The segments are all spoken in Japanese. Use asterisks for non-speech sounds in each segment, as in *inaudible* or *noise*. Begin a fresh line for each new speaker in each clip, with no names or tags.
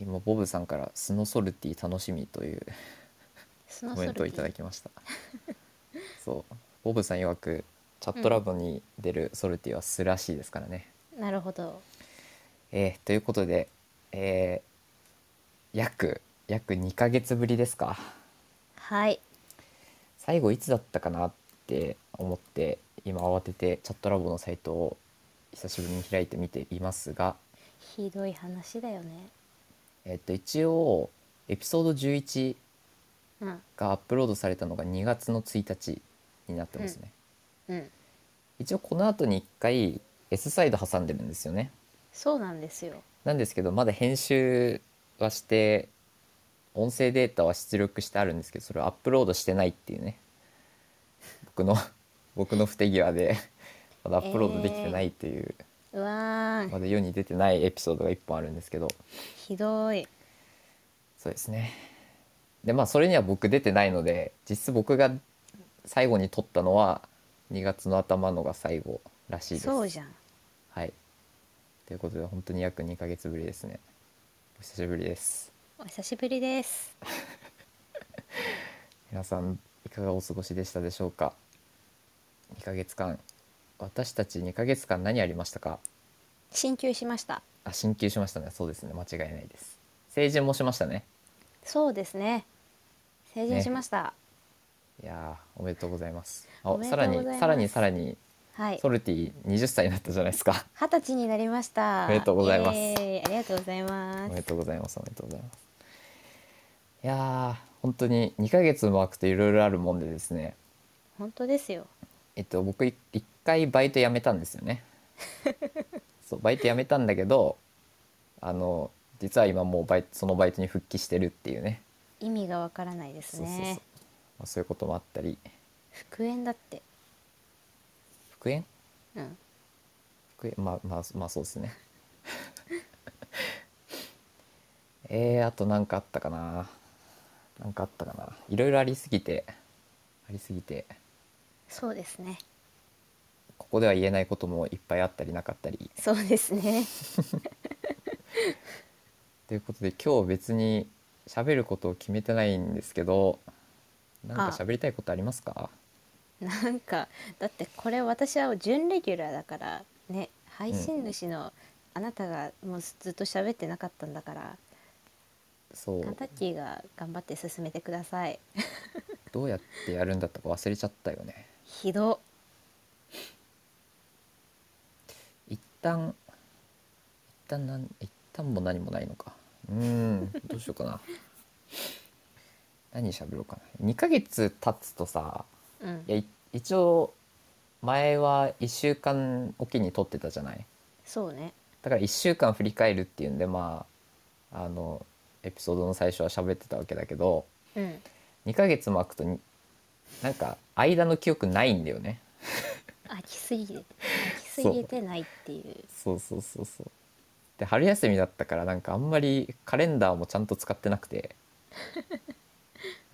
今ボブさんから「スノソルティ楽しみ」という
スノ
コメ
ソ
ン
ル
トをい
テ
ただ
ィ
きま
*laughs*
したそうボブさん曰くチャットラボに出るソルティは酢らしいですからね、
なるほど
えーということでえー約約2ヶ月ぶりですか
はい
最後いつだったかなって思って今慌ててチャットラボのサイトを久しぶりに開いてみていますが
ひどい話だよね
えっと一応エピソード11
うん
がアップロードされたのが2月の1日になってますね、
うん
一応この後に1回 S サイド挟んでるんですよね
そうなんですよ
なんですけどまだ編集はして音声データは出力してあるんですけどそれをアップロードしてないっていうね僕の *laughs* 僕の不手際でまだアップロードできてないっていう、
うわー
ま
ん
だ世に出てないエピソードが1本あるんですけど
ひどい
そうですねでまあそれには僕出てないので実質僕が最後に撮ったのは2月の頭のが最後らしいです
そうじゃん
はいということで本当に約2ヶ月ぶりですねお久しぶりです
お久しぶりです
皆さんいかがお過ごしでしたでしょうか2ヶ月間私たち2ヶ月間何ありましたか
進級しました
あ進級しましたねそうですね間違いないです成人もしましたね
そうですね成人
ね
しました、
いやーおめでとうございますあ
おめで
さ
とう
ら
ござい
に
ます
さらにさらに
はい
ソルティ20歳になったじゃないですか
二十歳になりました
おめでとうございます
イエーイありがとうございま
おめ
す
でとうございますおめでとうございますいやー本当に2ヶ月も空くといろいろあるもんでですね
本当ですよ
えっと僕い一回バイト辞めたんですよねそうバイト辞めたんだけどあの実は今もうバイトそのバイトに復帰してるっていうね
意味がわからないです
そうそうそう
ね
まあそういうこともあったり
復縁だって
復縁
うん
復縁まあまあまあそうですねえー、あと何かあったかな何かあったかないろいろありすぎてありすぎて
そうですね
ここでは言えないこともいっぱいあったりなかったり
そうですね
ということで今日別に喋ることを決めてないんですけどなんか
あ
喋りたいことありますか
なんかだってこれ私は準レギュラーだからね配信主のあなたがもうずっと喋ってなかったんだから、
そう
カンタッキーが頑張って進めてください
どうやってやるんだったか忘れちゃったよね
ひど
一旦一旦なん一旦も何もないのかうーんどうしようかな何喋ろうかな2ヶ月経つとさ
うん
いやい一応前は1週間おきに撮ってたじゃない
そうね
だから1週間振り返るっていうんでまああのエピソードの最初は喋ってたわけだけど
うん
2ヶ月も空くとになんか間の記憶ないんだよね
飽きすぎて飽きすぎてないっていう
そうそうそうそうで春休みだったからなんかあんまりカレンダーもちゃんと使ってなくて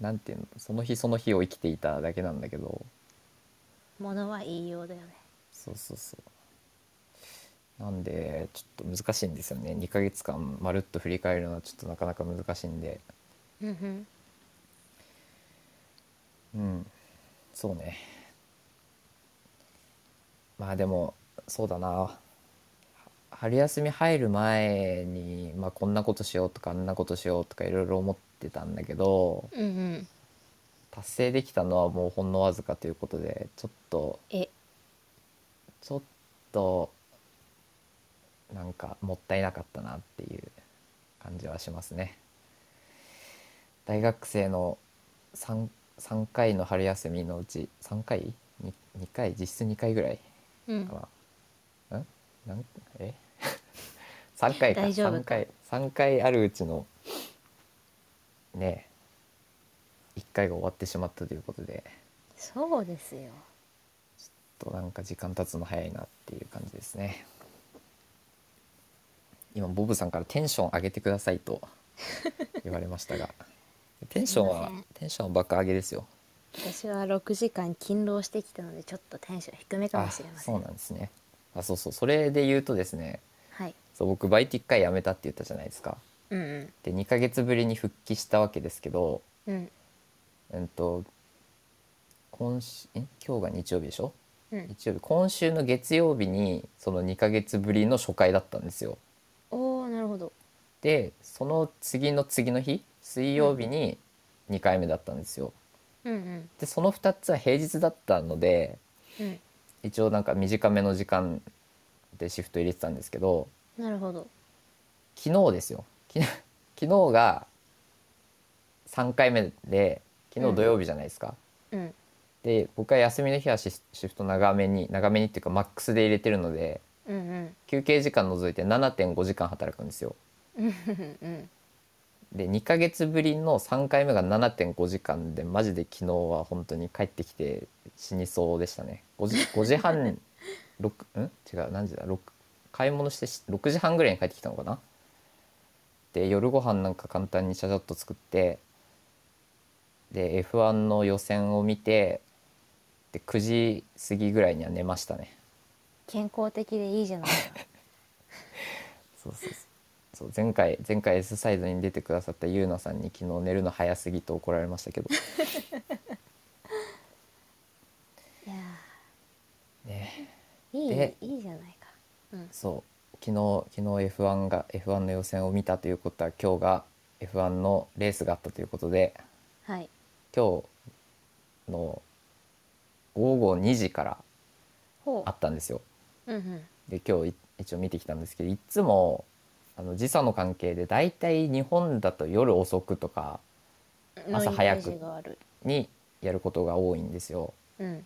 なんていうのその日その日を生きていただけなんだけど
ものは言いようだよね
そうそうそうなんでちょっと難しいんですよね2ヶ月間まるっと振り返るのはちょっとなかなか難しいんで
うんうん
うんそうねまあでもそうだなは春休み入る前に、まあ、こんなことしようとかあんなことしようとかいろいろ思ってたんだけど
うんうん
達成できたのはもうほんのわずかということでちょっと
え
ちょっとなんかもったいなかったなっていう感じはしますね。大学生の 3, 3回の春休みのうち3回 2, 2回実質2回ぐらい
うん
かな。んなんえ *laughs* 3回か
大丈夫か
3回三回あるうちのねえ1回が終わってしまったということで
そうですよ
ちょっとなんか時間経つの早いなっていう感じですね今ボブさんからテンション上げてください
*laughs*
と言われましたがテンション
すい
は
ません
テンションは爆上げですよ
私は6時間勤労してきたのでちょっとテンション低めかもしれません
そうなんですねあそうそうそれで言うとですね
はい
そう僕バイト1回辞めたって言ったじゃないですか
うん
で2ヶ月ぶりに復帰したわけですけど、
うん
うんと今週え今日が日曜日でしょ
うん
日曜日今週の月曜日にその2ヶ月ぶりの初回だったんですよ。
おーなるほど
でその次の次の日水曜日に2回目だったんですよ。
うんうん
でその2つは平日だったので
うん
一応なんか短めの時間でシフト入れてたんですけど
なるほど
昨日ですよき *laughs* 昨日が3回目で昨日土曜日じゃないですか。
うん
で僕は休みの日はシフシフト長めに長めにっていうかマックスで入れてるので
うんうん
休憩時間除いて7.5時間働くんですよ
うんうんうん
で2ヶ月ぶりの3回目が7.5時間でマジで昨日は本当に帰ってきて死にそうでしたね 5, 時5時 *laughs* 半六ん違う何時だ6買い物してし6時半ぐらいに帰ってきたのかなで夜ご飯なんか簡単にちゃちゃっと作ってで F1 の予選を見てで9時過ぎぐらいには寝ましたね
健康的でいいじゃ
*laughs*
ない
そうそうそうそう前回前回 S サイドに出てくださったゆうなさんに昨日寝るの早すぎと怒られましたけど
いや
ね
ーい
で
いいいじゃないかうん
そう昨日昨日 F1 が F1 の予選を見たということは今日が F1 のレースがあったということで
はい
今日の午後2時から
ほ
あったんですよ
ううんうん
で今日い一応見てきたんですけどいつもあの時差の関係で大体日本だと夜遅くとか朝早く
のイメージがある
にやることが多いんですよ
うん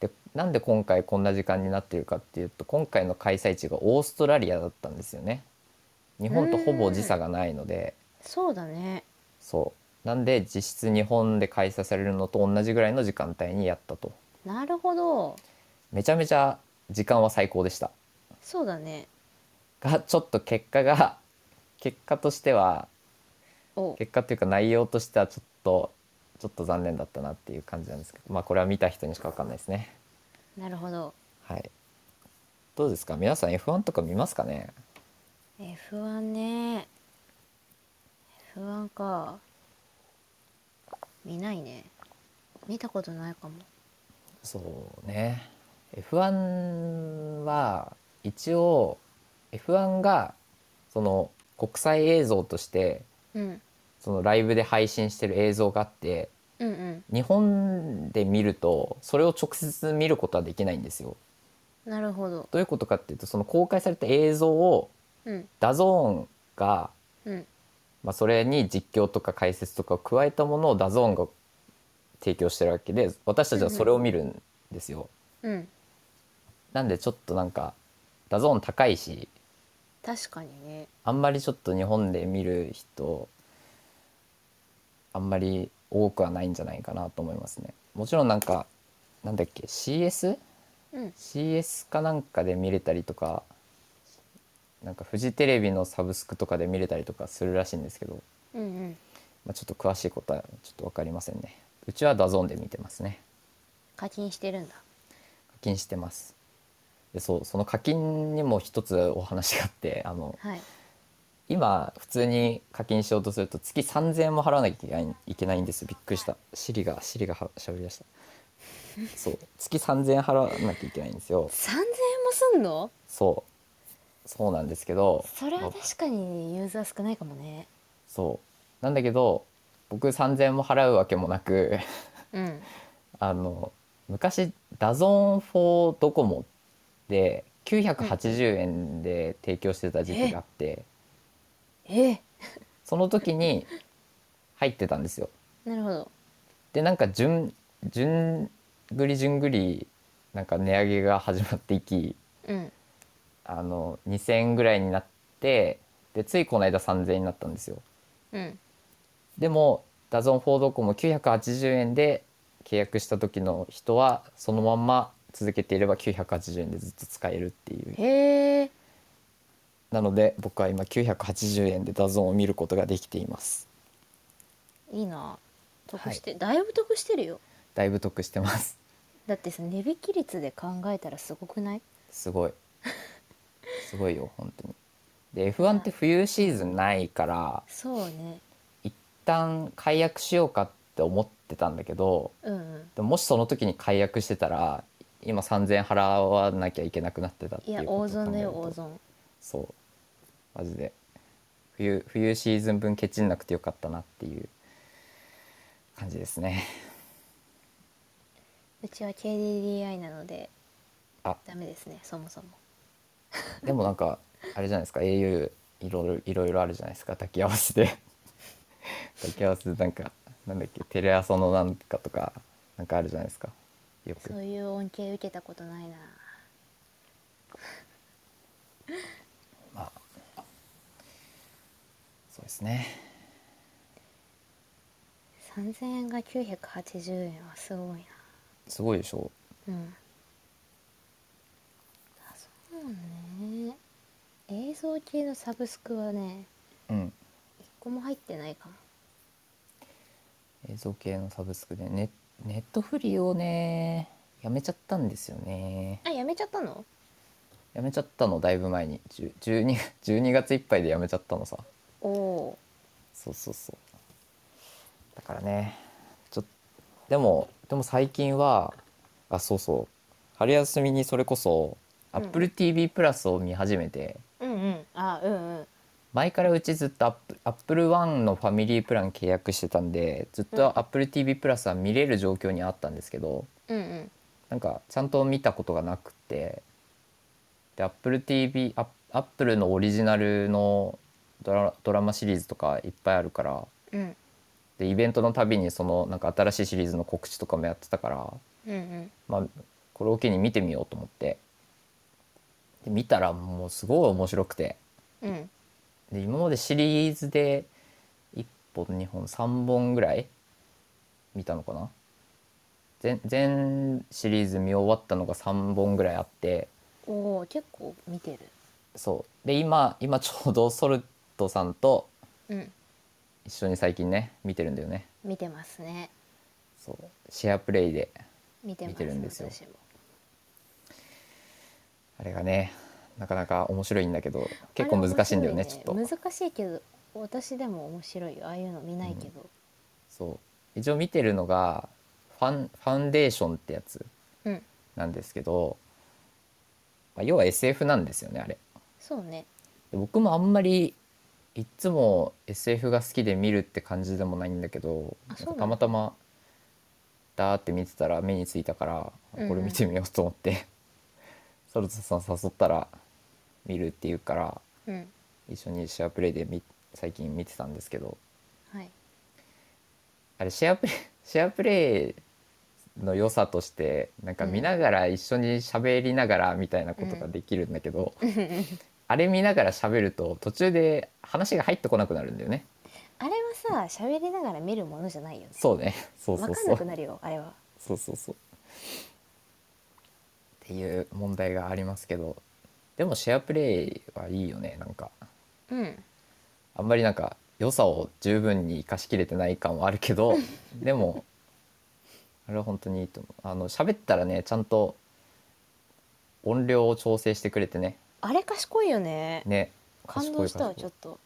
でなんで今回こんな時間になってるかっていうと今回の開催地がオーストラリアだったんですよね日本とほぼ時差がないので
そうだね
そうなんで実質日本で開催されるのと同じぐらいの時間帯にやったと
なるほど
めちゃめちゃ時間は最高でした
そうだね
がちょっと結果が *laughs* 結果としては
お
結果というか内容としてはちょっとちょっと残念だったなっていう感じなんですけどまあこれは見た人にしか分かんないですね
なるほど
はいどうですか皆さん F1 とか見ますかね
F1 ね F1 か見ないね見たことないかも
そうね F1 は一応 F1 がその国際映像として
うん
そのライブで配信してる映像があって
うんうん
日本で見るとそれを直接見ることはできないんですよ。
なるほど
どういうことかっていうとその公開された映像を
うん
ダゾーンが、
うん
まあ、それに実況とか解説とかを加えたものをダゾーンが提供してるわけで私たちはそれを見るんですよ。
うん
なんでちょっとなんかダゾーン高いし
確かにね
あんまりちょっと日本で見る人あんまり多くはないんじゃないかなと思いますね。もちろんなんかなんだっけ CS?CS
うん
CS かなんかで見れたりとかなんかフジテレビのサブスクとかで見れたりとかするらしいんですけど、
うんうん
まあ、ちょっと詳しいことはちょっと分かりませんね。うちはダゾーンで見てますね。
課金してるんだ
課金してます。でそうその課金にも一つお話があってあの
はい
今普通に課金しようとすると月3,000円も払わなきゃいけないいけないんですよびっくりしたシリがシリがはしゃべりだしたそう月3,000円払わなきゃいけないんですよ
3000円もすんの
そうそうなんですけど
それは確かにユーザー少ないかもね
そうなんだけど僕3,000円も払うわけもなく *laughs*
うん
あの昔ダゾーン4ドコモで980円で提供してた時期があって、
え
その時に入ってたんですよ
なるほど
でなんか順順繰り順繰りなんか値上げが始まっていき
うん
あの2,000円ぐらいになってでついこの間3,000円になったんですよ
うん
でもダゾンフォードコモ980円で契約した時の人はそのまんま続けていれば980円でずっと使えるっていう
へえ
なので僕は今980円でダゾンを見ることができています
いいな得して、だいぶ得してるよ
だいぶ得してます
だってさ値引き率で考えたらすごくない
すごいすごいよ本当にで F1 って冬シーズンないから
そうね
一旦解約しようかって思ってたんだけど
うんうん
でももしその時に解約してたら今3,000円払わなきゃいけなくなってたって
い
いう
や
ことを
大損だよ
考える
大
と
損
そうマジで冬冬シーズン分ケチんなくてよかったなっていう感じですね
うちは KDDI なので
あ
ダメですねそもそも
でもなんかあれじゃないですか au いろいろいろいろあるじゃないですか抱き合わせで *laughs* 抱き合わせでなんかなんだっけテレ朝のなんかとかなんかあるじゃないですかよく
そういう恩恵受けたことないな
まあそうですね
3000円が980円はすごい
すごいでしょ
なうんあそうね映像系のサブスクはね
う、うん、
1個も入ってないかも
映像系のサブスクでネネットフリをねやめちゃったんですよね
あやめちゃったの
やめちゃったのだいぶ前に10 12, 12月いっぱいでやめちゃったのさ
おお
そうそうそうだからねちょでもでも最近はあそうそう春休みにそれこそ
うん
AppleTV プラスを見始めて、
ーうんうんあうんうん
前からうちずっと AppleOne のファミリープラン契約してたんでずっ
うん
と AppleTV プラスは見れる状況にあったんですけど
うんうん
なんかちゃんと見たことがなくてで AppleTV アップルのオリジナルのドラドラマシリーズとかいっぱいあるから
うん
でイベントのたびにそのなんか新しいシリーズの告知とかもやってたから、
うんうん
まあ、これを機に見てみようと思ってで見たらもうすごい面白くて
うん
で今までシリーズで1本2本3本ぐらい見たのかな全全シリーズ見終わったのが3本ぐらいあって
おお結構見てる
そうで今今ちょうどソルトさんと
うん
一緒に最近ね見てるんだよね
見てますね
そうシェアプレイで
見てます
見てるんですよ
私も
あれがねなかなか面白いんだけど結構難しいんだよね
あれ
ちょっ
面
と
白い難しいけど私でも面白いよああいうの見ないけど
そう一応見てるのがファンファンデーションってやつ
うん、
なんですけど、まあ、要は SF なんですよねあれ
そうね
で僕もあんまりいっつも SF が好きで見るって感じでもないんだけど
あそうなんだ
たまたまダーって見てたら目についたから
うんうん
これ見てみようと思って、 *laughs* ソルトさん誘ったら見るっていうから
うん
一緒にシェアプレイで見最近見てたんですけど
はい
あれシェアプレイ *laughs* シェアプレイの良さとしてなんか見ながら一緒に喋りながらみたいなことができるんだけど、あれ見ながら喋ると途中で話が入ってこなくなるんだよね。
あれはさ喋りながら見るものじゃないよね
そうね。そうそう
分かん
そ
なく
う。
なるよあれは
そうそうそう。っていう問題がありますけど、でもシェアプレイはいいよね。なんか
うん
あんまりなんか良さを十分に生かしきれてない感はあるけ
*laughs*
ど、でもあれは本当にいいと思う。あの喋ったらねちゃんと音量を調整してくれてね。
あれ賢いよね
ね。
感動したわ
賢い賢い
ちょっと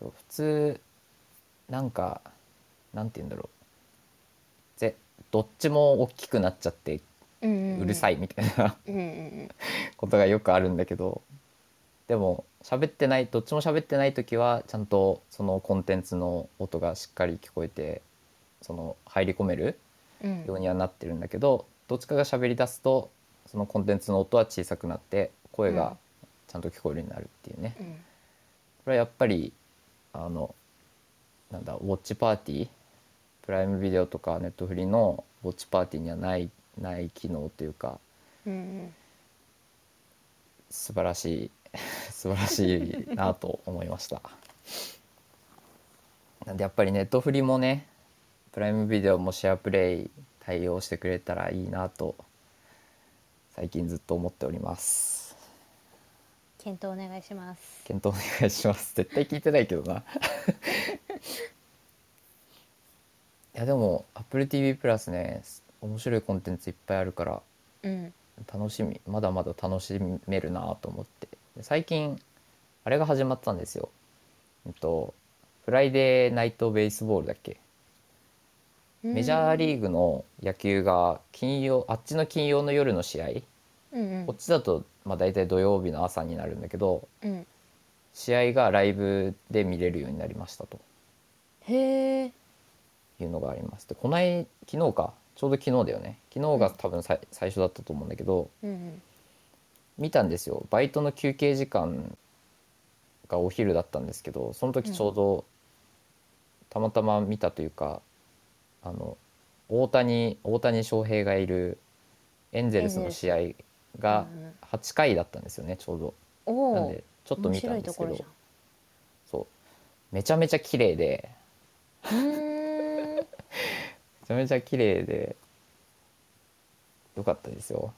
そう普通なんかなんて言うんだろうぜどっちも大きくなっちゃって
うんうん
うるさ
い
いみたいな
うんうんうん
ことがよくあるんだけどでも喋ってないどっちも喋ってない時はちゃんとそのコンテンツの音がしっかり聞こえてその入り込める
うん
ようにはなってるんだけどどっちかが喋り出すとそのコンテンツの音は小さくなって声がちゃんと聞こえるようになるっていうね。
うん
これはやっぱりあのなんだウォッチパーティープライムビデオとかネットフリのウォッチパーティーにはないない機能というか
うん
素晴らしい *laughs* 素晴らしいなと思いましたなんでやっぱりネットフリもねプライムビデオもシェアプレイ対応してくれたらいいなと最近ずっと思っております
検討お願いします
検討お願いします絶対聞いてないけどな *laughs* いやでも AppleTV プラスね面白いコンテンツいっぱいあるから
うん
楽しみまだまだ楽しめるなと思ってで最近あれが始まったんですよ。えっとフライデーナイトベースボールだっけメジャーリ
ー
ーグの野球が金曜あっちの金曜の夜の試合
グ、うんうん
こっちだとまあ大体土曜日の朝になるんだけど
うん、
試合がライブで見れるようになりましたと
へえ
いうのがありますでこない昨日かちょうど昨日だよね昨日が多分さい最初だったと思うんだけど
うんうん
見たんですよバイトの休憩時間がお昼だったんですけどその時ちょうどたまたま見たというか、あの大谷大谷翔平がいるエンゼルスの試合が
うんうん
8回だったんですよねちょうど。
お
なん
お
でちょっと見たんですけ
面白い
ど
とこ
そうめちゃめちゃ綺麗で
ろじゃんうーん
めちゃめちゃ綺麗で良かったですよ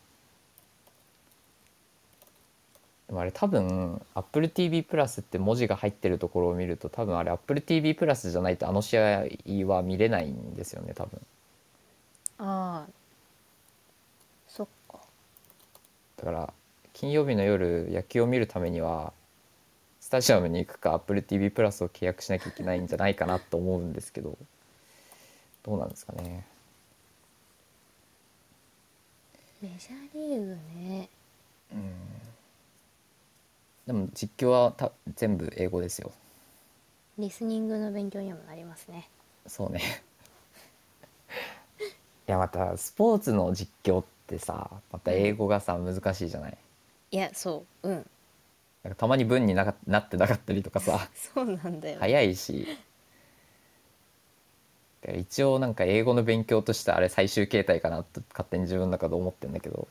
でもあれ多分 AppleTV プラスって文字が入ってるところを見ると多分あれ AppleTV プラスじゃないとあの試合は見れないんですよね多分
ああそっか
だから金曜日の夜野球を見るためにはスタジアムに行くか AppleTV プラスを契約しなきゃいけないんじゃないかなと思うんですけどどうなんですかね
メジャーリーグね
でも実況はた全部英語ですよ
リスニングの勉強にもなりますね
そうね *laughs* いやまたスポーツの実況ってさまた英語がさ難しいじゃない
いやそううん
なんかたまに文になかなってなかったりとかさ
そうなんだよ、
早いしだから一応なんか英語の勉強としてあれ最終形態かなと勝手に自分の中で思ってんだけど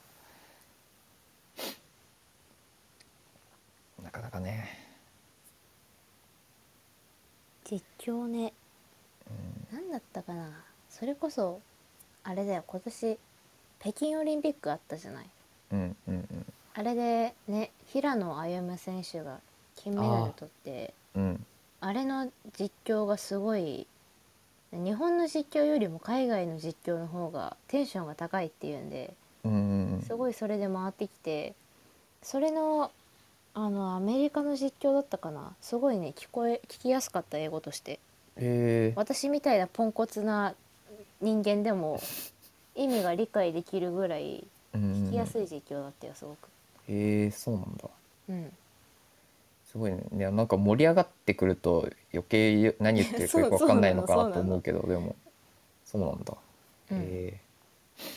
なかなかね
実況ね何だったかなそれこそあれだよ今年北京オリンピックあったじゃない
うんうんうん
あれでね平野歩夢選手が金メダル取って
うん
あれの実況がすごい日本の実況よりも海外の実況の方がテンションが高いっていうんで
うんうんうん
すごいそれで回ってきてそれのあのアメリカの実況だったかなすごいね聞こえ聞きやすかった英語として
へえ
私みたいなポンコツな人間でも意味が理解できるぐらい聞
聞
きやすい実況だったよすごく。
へえそうなんだ
うん、
すごいねいやなんか盛り上がってくると余計何言ってるかよく分かんないのかなと思う
*laughs*
けどでもそうなんだ
うん
へえ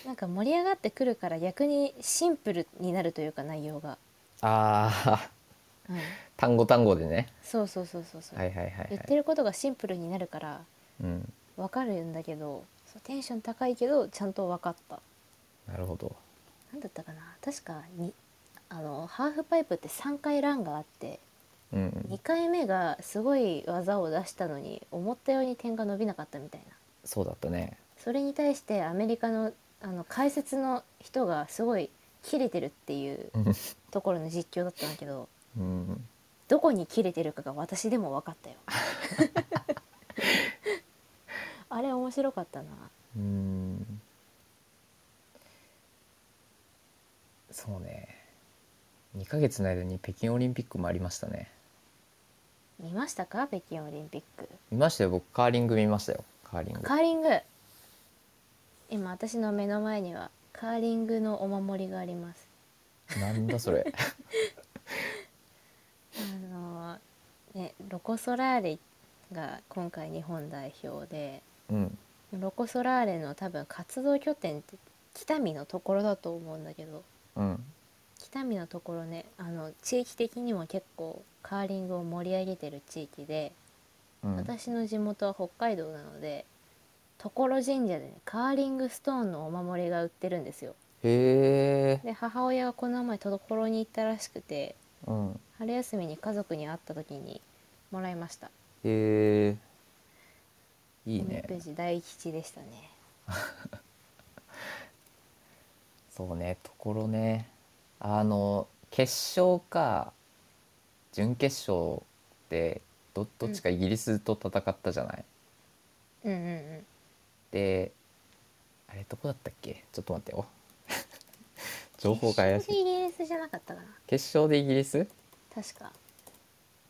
なんか盛り上がってくるから逆にシンプルになるというか内容が、
ああ
うん、
*laughs* 単語単語でね
そうそうそうそうそう、
はいはいはいは
言って
い
ることがシンプルになるから
うん
わかるんだけどそうテンション高いけどちゃんと分かった
なるほど
なんだったかな確かにあのハーフパイプって3回ランがあって
うんう
2
ん
回目がすごい技を出したのに思ったように点が伸びなかったみたいな
そうだったね
それに対してアメリカのあの解説の人がすごい切れてるっていう
うん
ところの実況だったんだけど
うん
どこに切れてるかが私でも分かったよあれ面白かったな
うんそうね2ヶ月の間に北京オリンピックもありましたね
見ましたか北京オリンピック
見ましたよ僕カーリング見ましたよカーリング
カーリング今私の目の前にはカーリングのお守りがあります
なんだそ
*laughs*
れ
あのねロコ・ソラーレが今回日本代表で
うん
ロコ・ソラーレの多分活動拠点って北見のところだと思うんだけど
うん
北見のところねあの地域的にも結構カーリングを盛り上げてる地域で、
うん
私の地元は北海道なので所神社でねカーリングストーンのお守りが売ってるんですよ
へえ。
で母親がこの前所に行ったらしくて
うん。
春休みに家族に会った時にもらいました
へえ。いい
ホーム
ね
ペ。ージ大吉でしたね
そうね。ところね。あの決勝か準決勝でどどっちかイギリスと戦ったじゃない。
うんうんうん
で、あれどこだったっけ？ちょっと待 *laughs* ってよ。情報が怪し
決
い。
勝でイギリスじゃなかったかな
決勝でイギリス？
確か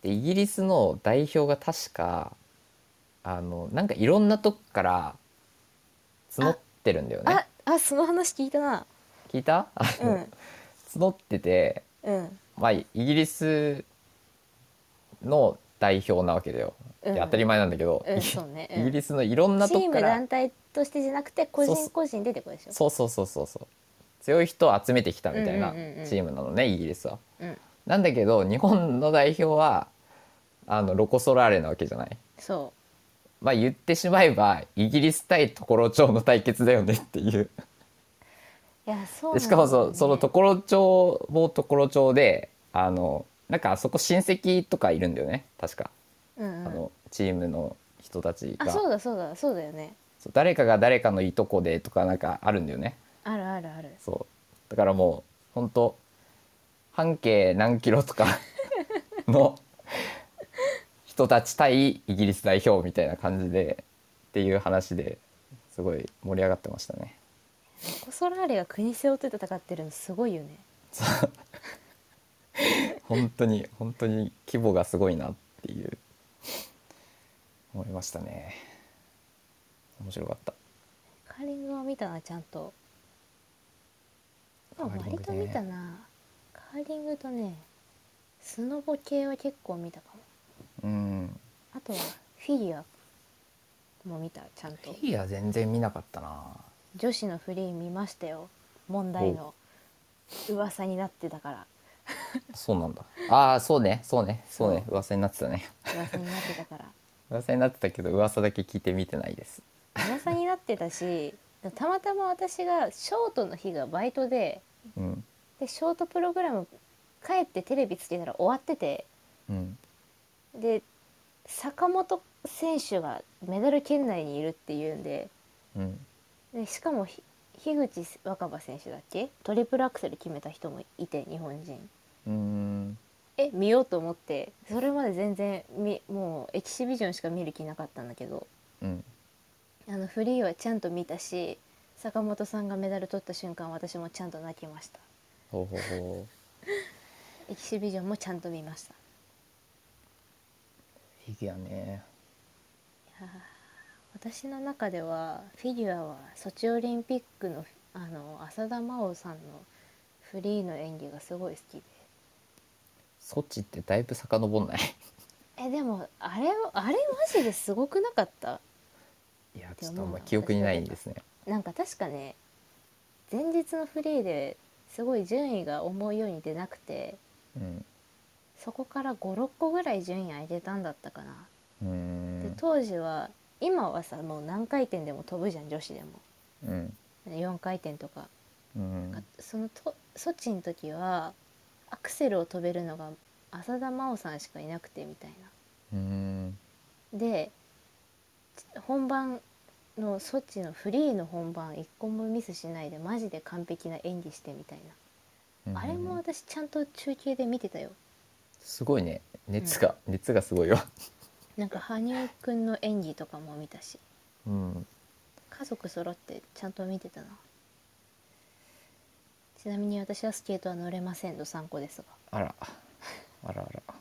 でイギリスの代表が確かあのなんかいろんなとこから募ってるんだよね
ああその話聞いたな
聞いたあ
う
の、
ん
募ってて、
うん
まあ、イギリスの代表なわけだよ、
うん
いや当たり前なんだけど、
う
イ
ん
ギ
そうね、
イギ
うん、
リスのいろんな
チ
と
ー
こ
ム
から
団体としてじゃなくて個
そう
人個人出てこいでしょ
そうそうそうそうそう強い人を集めてきたみたいな
うんうんうんうん
チームなのね、イギリスは。
うん
なんだけど日本の代表はあのロコ・ソラーレなわけじゃない。
そ
まあ言ってしまえばイギリス対常呂町の対決だよねっていう
ういやそうなんだよ
で
ね
しかもそその常呂町も常呂町であのなんかあそこ親戚とかいるんだよね確か、
うんうん
あのチームの人たち
あ
が
そうだそうだそうだよね
そう誰かが誰かのいとこでとかなんかあるんだよね
あるあるある
そうだからもう本当半径何キロ
*laughs*
とかの人たち対イギリス代表みたいな感じでっていう話ですごい盛り上がってましたね。
コソラーレが国背負って戦ってるのすごいよね
そう本当に本当に規模がすごいなっていう思いましたね面白かった
カーリングは見たなちゃんとまあ
カーリングね
割と見たなカーリングとねスノボ系は結構見たかも
うん
あとはフィギュアも見たちゃん
フ
と
ィギュア全然見なかったな
女子のフリー見ましたよ問題の噂になってたから
そうなんだああそうねそうねそうね
そ
噂になってたね *laughs*
噂になってたから
噂になってたけど噂だけ聞いて見てないです
噂になってたしたまたま私がショートの日がバイトで
うん
でショートプログラム帰ってテレビつけたら終わってて
うん
で坂本選手がメダル圏内にいるっていうんで
うん
でしかもひ樋口若葉選手だっけトリプルアクセル決めた人もいて日本人
うーん
え見ようと思ってそれまで全然みもうエキシビジョンしか見る気なかったんだけど
うん
あのフリーはちゃんと見たし坂本さんがメダル取った瞬間私もちゃんと泣きました
ほうほうほう
エキシビジョンもちゃんと見ました
フィギュアね
*laughs* 私の中ではフィギュアはソチオリンピックのあの浅田真央さんのフリーの演技がすごい好きで
ソチってだいぶ遡ん
*laughs*
ない
えでもあれあれマジですごくなかった
いやちょっとあんま記憶にないですね
なんか確かね前日のフリーですごい順位が思うように出なくて
うん
そこから56個ぐらい順位上げたんだったかな、
うーん
で当時は今はさもう何回転でも飛ぶじゃん女子でも
うん
4回転とか
うん
あそのとソチの時はアクセルを飛べるのが浅田真央さんしかいなくてみたい
うん
な。で本番のソチのフリーの本番一個もミスしないでマジで完璧な演技してみたい
うん
な、あれも私ちゃんと中継で見てたよ
すごいね熱が、熱がすごいよ、
なんか羽生くんの演技とかも見たし
うん、
家族揃ってちゃんと見てたなちなみに私はスケートは乗れませんと参考ですが
あらあらあら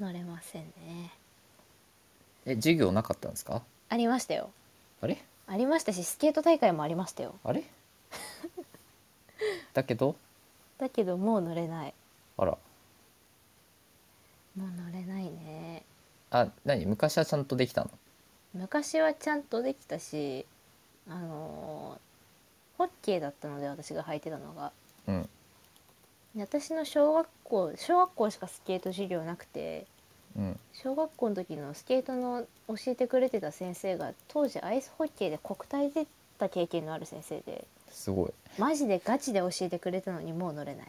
乗れませんね
え授業なかったんですか
ありましたよ
あれ
ありましたしスケート大会もありましたよ
あれ *laughs* だけど
だけどもう乗れない
あら
もう乗れないね
あ何昔はちゃんとできたの
昔はちゃんとできたしあのーホッケーだったので私が履いてたのが
うん
で私の小学校小学校しかスケート授業なくて
うん
小学校の時のスケートの教えてくれてた先生が当時アイスホッケーで国体出た経験のある先生です
ごい
マジでガチで教えてくれたのにもう乗れない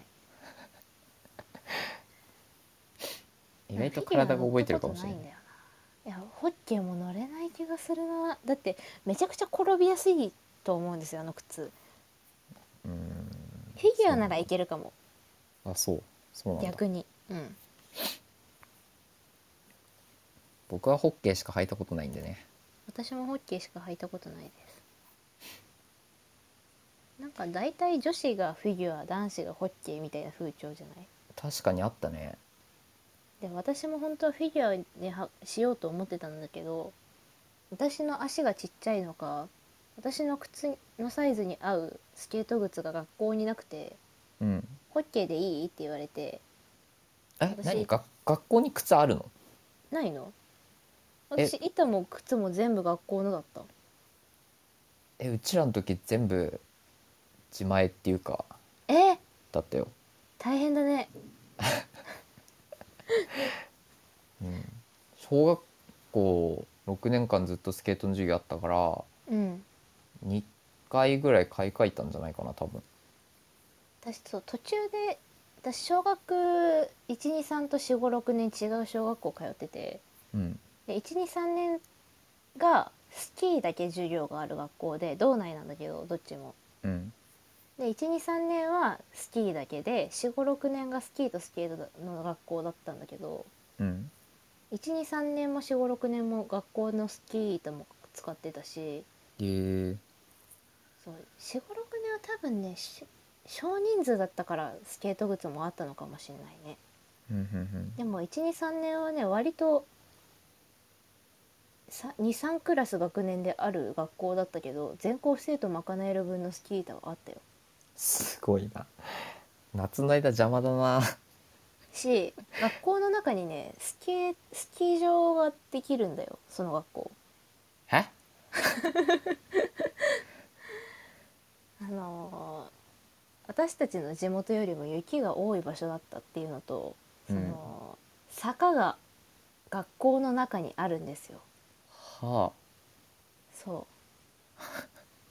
意外と体が覚えてるかもしれない
フィギュア乗ったことないんだよないやホッケーも乗れない気がするなだってめちゃくちゃ転びやすいと思うんですよあの靴
うん
フィギュアならいけるかも
あそうそうなんだ
逆にうん
僕はホッケーしか履いたことないんでね
私もホッケーしか履いたことないですなんか大体女子がフィギュア男子がホッケーみたいな風潮じゃない
確かにあったね
で私も本当はフィギュアにはしようと思ってたんだけど私の足がちっちゃいのか私の靴のサイズに合うスケート靴が学校になくて
うん
「ホッケーでいい?」って言われて
え
私
何が学校に靴あるの
「ないの?」
え
私板も靴も全部学校のだった
えうちらの時全部自前っていうか
えー
だったよ、
大変だね
うん、小学校6年間ずっとスケートの授業あったから
うん
2回ぐらい買い替えたんじゃないかな多分
私そう途中で私小学123と456年違う小学校通ってて
うん
で123年がスキーだけ授業がある学校で道内なんだけどどっちも
うん
で123年はスキーだけで456年がスキーとスケートの学校だったんだけど
うん
123年も456年も学校のスキー板も使ってたし
へえ
そう456年は多分ねし少人数だったからスケート靴もあったのかもしれないね
うんうん
でも123年はね割と23クラス学年である学校だったけど全校生徒賄える分のスキー板はあったよ
すごいな夏の間邪魔だな
し学校の中にねスキースキー場ができるんだよその学校
え
あのー私たちの地元よりも雪が多い場所だったっていうのとその、坂が学校の中にあるんですよ
はあ
そう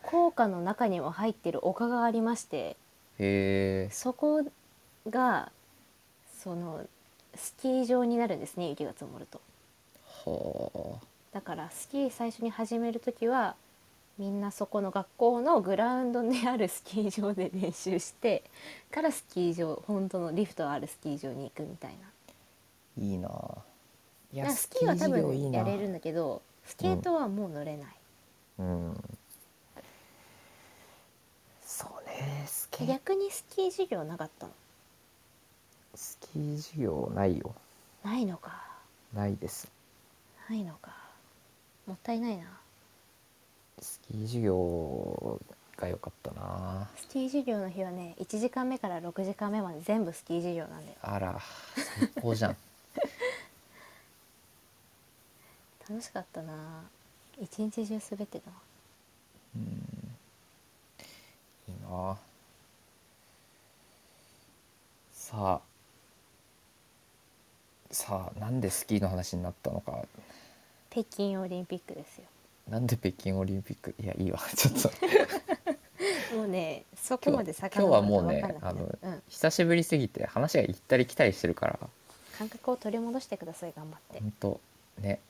校歌の中にも入ってる丘がありまして
へえ
そこがそのスキー場になるんですね雪が積もると
はあ
だからスキー最初に始める時はみんなそこの学校のグラウンドにある *laughs* スキー場で練習してからスキー場本当のリフトあるスキー場に行くみたいない
いない
なんかスキーは多分やれるんだけどスケートはもう乗れない、
うんそうねスケ
逆にスキー授業なかったの
スキー授業ないよ
ないのか
ないです
ないのかもったいないな
スキー授業が良かったな
スキー授業の日はね1時間目から6時間目まで全部スキー授業なんだよ
あら最高じゃん
楽しかったな一日中滑ってたわ
うんいいなさあさあなんでスキーの話になったのか
北京オリンピックですよ
なんで北京オリンピックいやいいわ *laughs* ちょっと
もうね、そこまで遡
今日は
ると
もう
分
ね
かんなくなるうん、
久しぶりすぎて話が行ったり来たりしてるから
感覚を取り戻してください、頑張って
ほ。んとね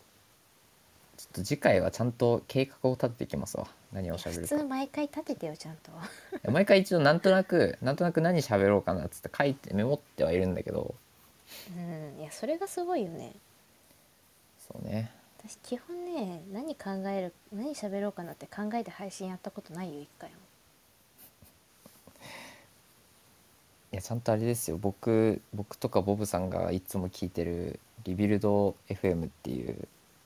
ちょっと次回はちゃんと計画を立てていきますわ何を喋
普
るか
通毎回立ててよ、ちゃんと。
毎回一度なんとなくなんとなく何喋ろうかなっつって書いてメモってはいるんだけど
うん、いや、それがすごいよね。
そうね
私基本ね、何考える、何喋ろうかなって考えて配信やったことないよ、一回も。
いやちゃんとあれですよ僕僕とかボブさんがいつも聞いてる「リビルド FM」っていう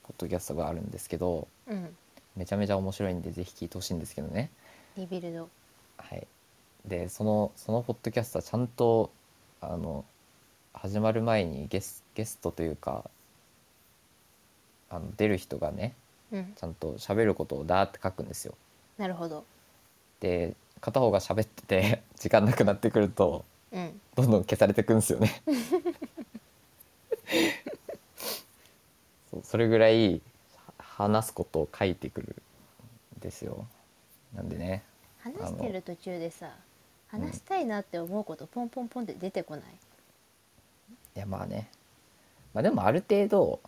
ポッドキャストがあるんですけど
うん、
めちゃめちゃ面白いんでぜひ聞いてほしいんですけどね
リビルド。
はい、でそのそのポッドキャストはちゃんとあの始まる前にゲスゲストというかあの出る人がね
うん、
ちゃんと喋ることをだーって書くんですよ。
なるほど。
で片方が喋ってて時間なくなってくると
うん、
どんどん消されてくんですよね。そうそれぐらい話すことを書いてくるんですよ。なんでね
話してる途中でさ、
うん
話したいなって思うことポンポンポンって出てこない。
いやまあねまあでもある程度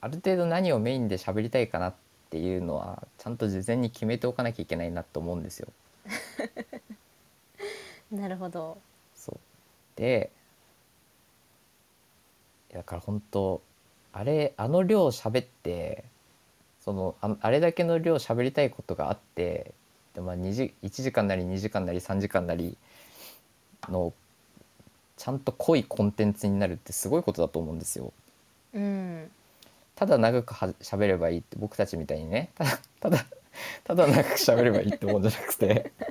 ある程度何をメインで喋りたいかなっていうのはちゃんと事前に決めておかなきゃいけないなと思うんですよ。
なるほど。
そうでいやだから本当あれあの量喋ってそのああれだけの量喋りたいことがあってで、まあ、2時1時間なり2時間なり3時間なりのちゃんと濃いコンテンツになるってすごいことだと思うんですよ。
うん
ただ長くは喋ればいいって僕たちみたいにねただただただ長く喋ればいいってもんじゃなくてち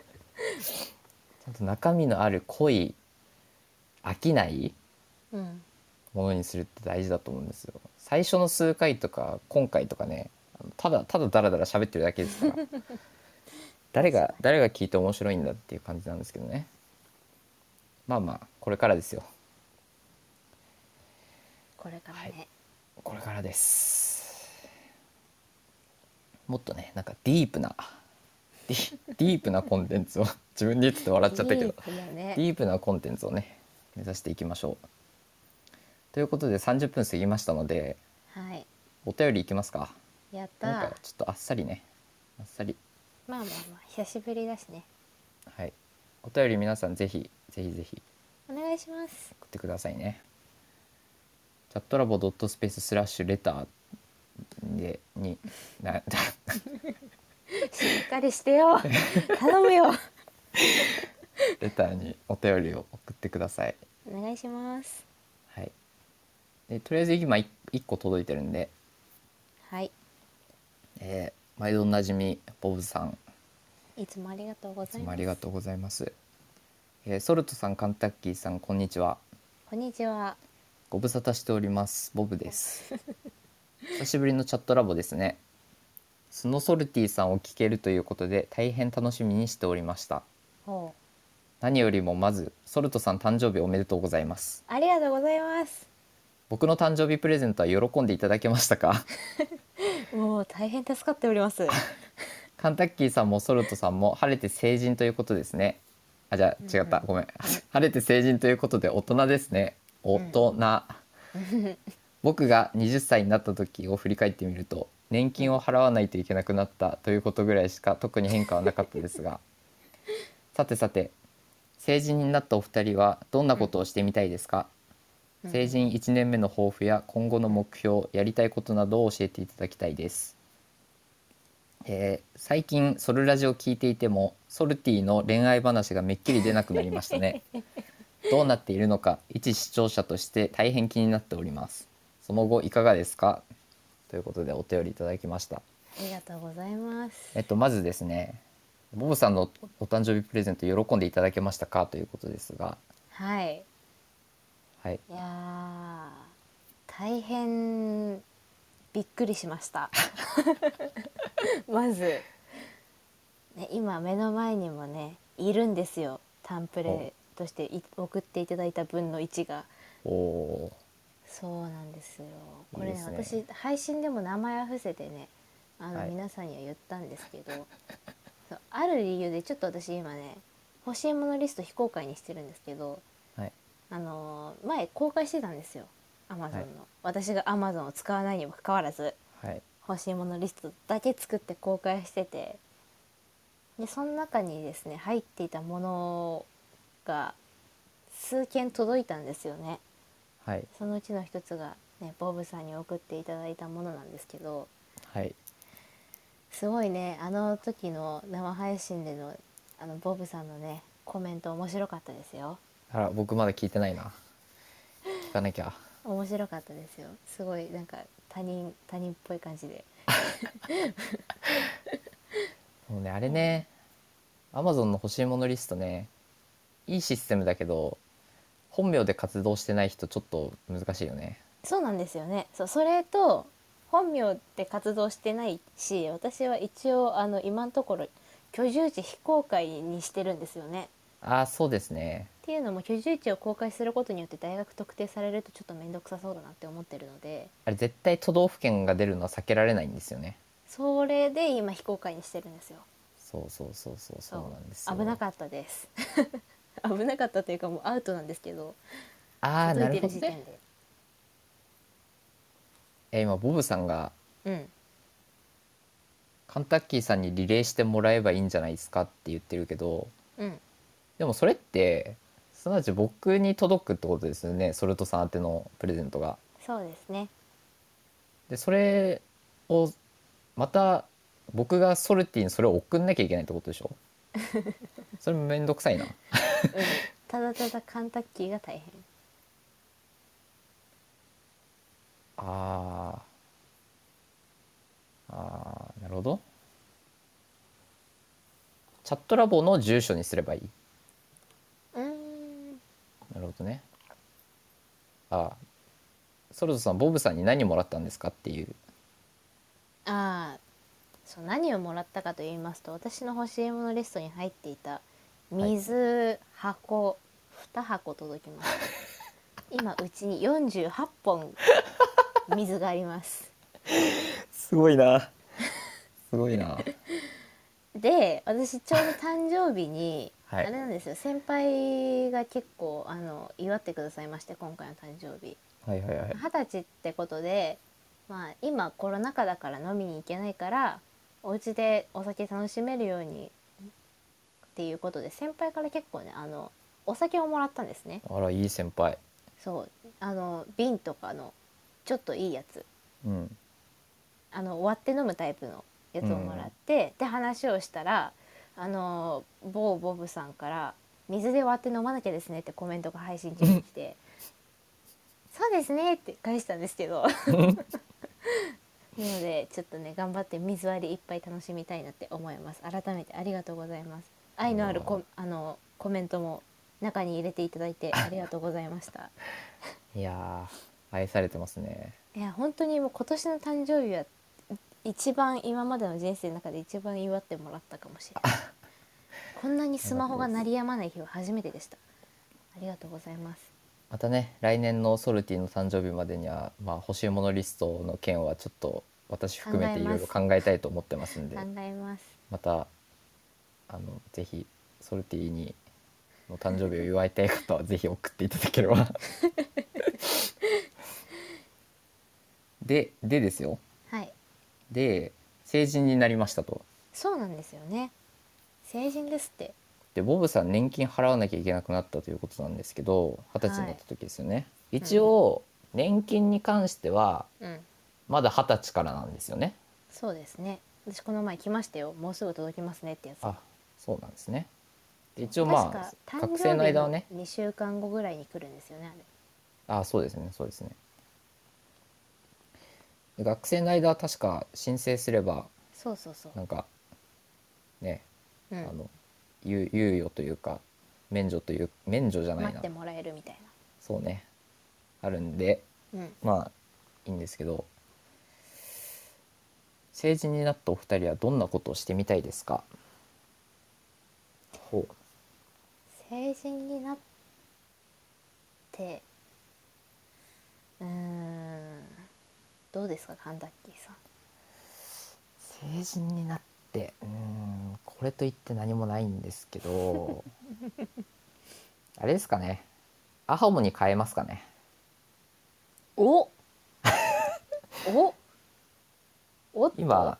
ゃんと中身のある濃い飽きない
うん
ものにするって大事だと思うんですよ。最初の数回とか今回とかねあのただただダラダラ喋ってるだけですから誰が誰が聞いて面白いんだっていう感じなんですけどねまあまあこれからですよ
これからね、
これからですもっとねなんかディープなディディープなコンテン
*laughs*
ツを自分で言ってて笑っちゃったけど
いいよね
ディープなコンテンツをね目指していきましょうということで30分過ぎましたので
はい
お便りいきますか
やっ
今回
た
はちょっとあっさりねあっさり
まあまあまあ久しぶりだしね
はいお便り皆さんぜひぜひぜひ
お願いします
送ってくださいねチャットラボドットスペーススラッシュレターでにな
しっかりして *laughs* よ頼むよ
レターにお便りを送ってください
お願いします
はいでとりあえず今1個届いてるんで、
はい
えー毎度おなじみボブさん
いつもありがとうご
いつ
ざい
も
ま
あ
す
りがとうございます、えーソルトさんカンタッキーさんこんにちは
こんにちは
ご無沙汰しておりますボブです久しぶりのチャットラボですねスノソルティさんを聞けるということで大変楽しみにしておりました
おう
何よりもまずソルトさん誕生日おめでとうございます
ありがとうござい *laughs* ます
僕の誕生日プレゼントは喜んでいただけましたか
もう大変助かっております *laughs*
カンタッキーさんもソルトさんも晴れて成人ということですねあじゃあ違った、
うんうん
ごめん *laughs* 晴れて成人ということで大人ですね大人、
*laughs*
僕が20歳になった時を振り返ってみると年金を払わないといけなくなったということぐらいしか特に変化はなかったです
*laughs*
がさてさて成人になったお二人はどんなことをしてみたいですか、成人1年目の抱負や今後の目標やりたいことなどを教えていただきたいです、えー最近ソルラジを聞いていてもソルティの恋愛話がめっきり出なくなりました *laughs* ねどうなっているのか一視聴者として大変気になっておりますその後いかがですかということでお便りいただきました
ありがとうございます
えっとまずですねボブさんのお誕生日プレゼント喜んでいただけましたかということですが
はい
はい
いやー大変びっくりしました
*laughs*
まず、ね、今目の前にもねいるんですよタンプレとしてい送っていただいた分の1が
おお
そうなんですよこれね
いいで
私
すね
配信でも名前は伏せてねあの、
はい
皆さんには言ったんですけどそうある理由でちょっと私今ね欲しいものリスト非公開にしてるんですけど、
ーはい
あのー前公開してたんですよアマゾン
は
の
い
私がアマゾンを使わないにもかかわらず
はい
欲しいものリストだけ作って公開しててでその中にですね入っていたものが数件届いたんですよね
はい
そのうちの一つが、ね、ボブさんに送っていただいたものなんですけど
はい
すごいねあの時の生配信でのあのボブさんのねコメント面白かったですよ
あら僕まだ聞いてないな聞かなきゃ
面白かったですよすごいなんか他人他人っぽい感じで
もうねあれね Amazon の欲しいものリストねいいシステムだけど本名で活動してない人ちょっと難しいよね
そうなんですよねそうそれと本名で活動してないし私は一応あの今のところ居住地非公開にしてるんですよね
ああそうですね
っていうのも居住地を公開することによって大学特定されるとちょっと面倒くさそうだなって思ってるので
あれ絶対都道府県が出るのは避けられないんですよね
それで今非公開にしてるんですよ
そうそうそうそうそうなんですよ
危なかったです
*laughs*
危なかったというかもうアウトなんですけど
ああな
届い
る
て
ほど
る時
ね
点で
いや今ボブさんが
うん
カンタッキーさんにリレーしてもらえばいいんじゃないですかって言ってるけど
うん
でもそれってすなわち僕に届くってことですよねソルトさん宛てのプレゼントが
そうですね
でそれをまた僕が *laughs* ソルティにそれを送んなきゃいけないってことでしょそれめんどくさいな
うんただただカンタッキーが大変
あーあーなるほどチャットラボの住所にすればいい
うん
なるほどねああソルトさんボブさんに何もらったんですかっていう
ああそう何をもらったかと言いますと私の欲しいものリストに入っていた水、箱2箱届きました今うちに48本水があります
すごいなすごいな
で私ちょうど誕生日に、
はい
あれなんですよ先輩が結構あの祝ってくださいまして今回の誕生日
はいはいはい
二十歳ってことで、まあ、今コロナ禍だから飲みに行けないからお家でお酒楽しめるようにっていうことで先輩から結構ねあのお酒をもらったんですね
あらいい先輩
そうあの瓶とかのちょっといいやつ
うん
あの割って飲むタイプのやつをもらって、で話をしたらあの某ボブさんから「水で割って飲まなきゃですね」ってコメントが配信中に来て「そうですね」って返したんですけどなのでちょっとね頑張って水割りいっぱい楽しみたいなって思います改めてありがとうございます愛のある
う
こ
わ
あのコメントも中に入れていただいてありがとうございました
いやー愛されてますね
いや本当にもう今年の誕生日は一番今までの人生の中で一番祝ってもらったかもしれないこんなにスマホが鳴りやまない日は初めてでしたありがとうございます
またね来年のソルティの誕生日までには、まあ、欲しいものリストの件はちょっと私含めていろいろ考えたいと思ってますんで
考えます
またあのぜひソルティにの誕生日を祝いたい方はぜひ送っていただけれ *laughs* ばででですよ
はい
で成人になりましたと
そうなんですよね成人ですって
でボブさん年金払わなきゃいけなくなったということなんですけど二十歳になった時ですよね、一応年金に関しては
うん
まだ二十歳からなんですよね
そうですね私この前来ましたよもうすぐ届きますねってやつ
あそうなんですねで一応まあ学生の間はね
2週間後ぐらいに来るんですよねあれ
あそうですねそうですねで学生の間は確か申請すれば
そうそうそう
なんかね、
う
あ
ん
の猶猶予というか免除という免除じゃない
待
な
ってもらえるみたい
そうねあるんで
なうん
まあいいんですけど成人になったお二人はどんなことをしてみたいですかほう
成人になってうーんどうですかカンタッキーさん
成人になってうーんこれといって何もないんですけ *laughs* どあれですかねアハモに変えますかね
*laughs* おおおっと
今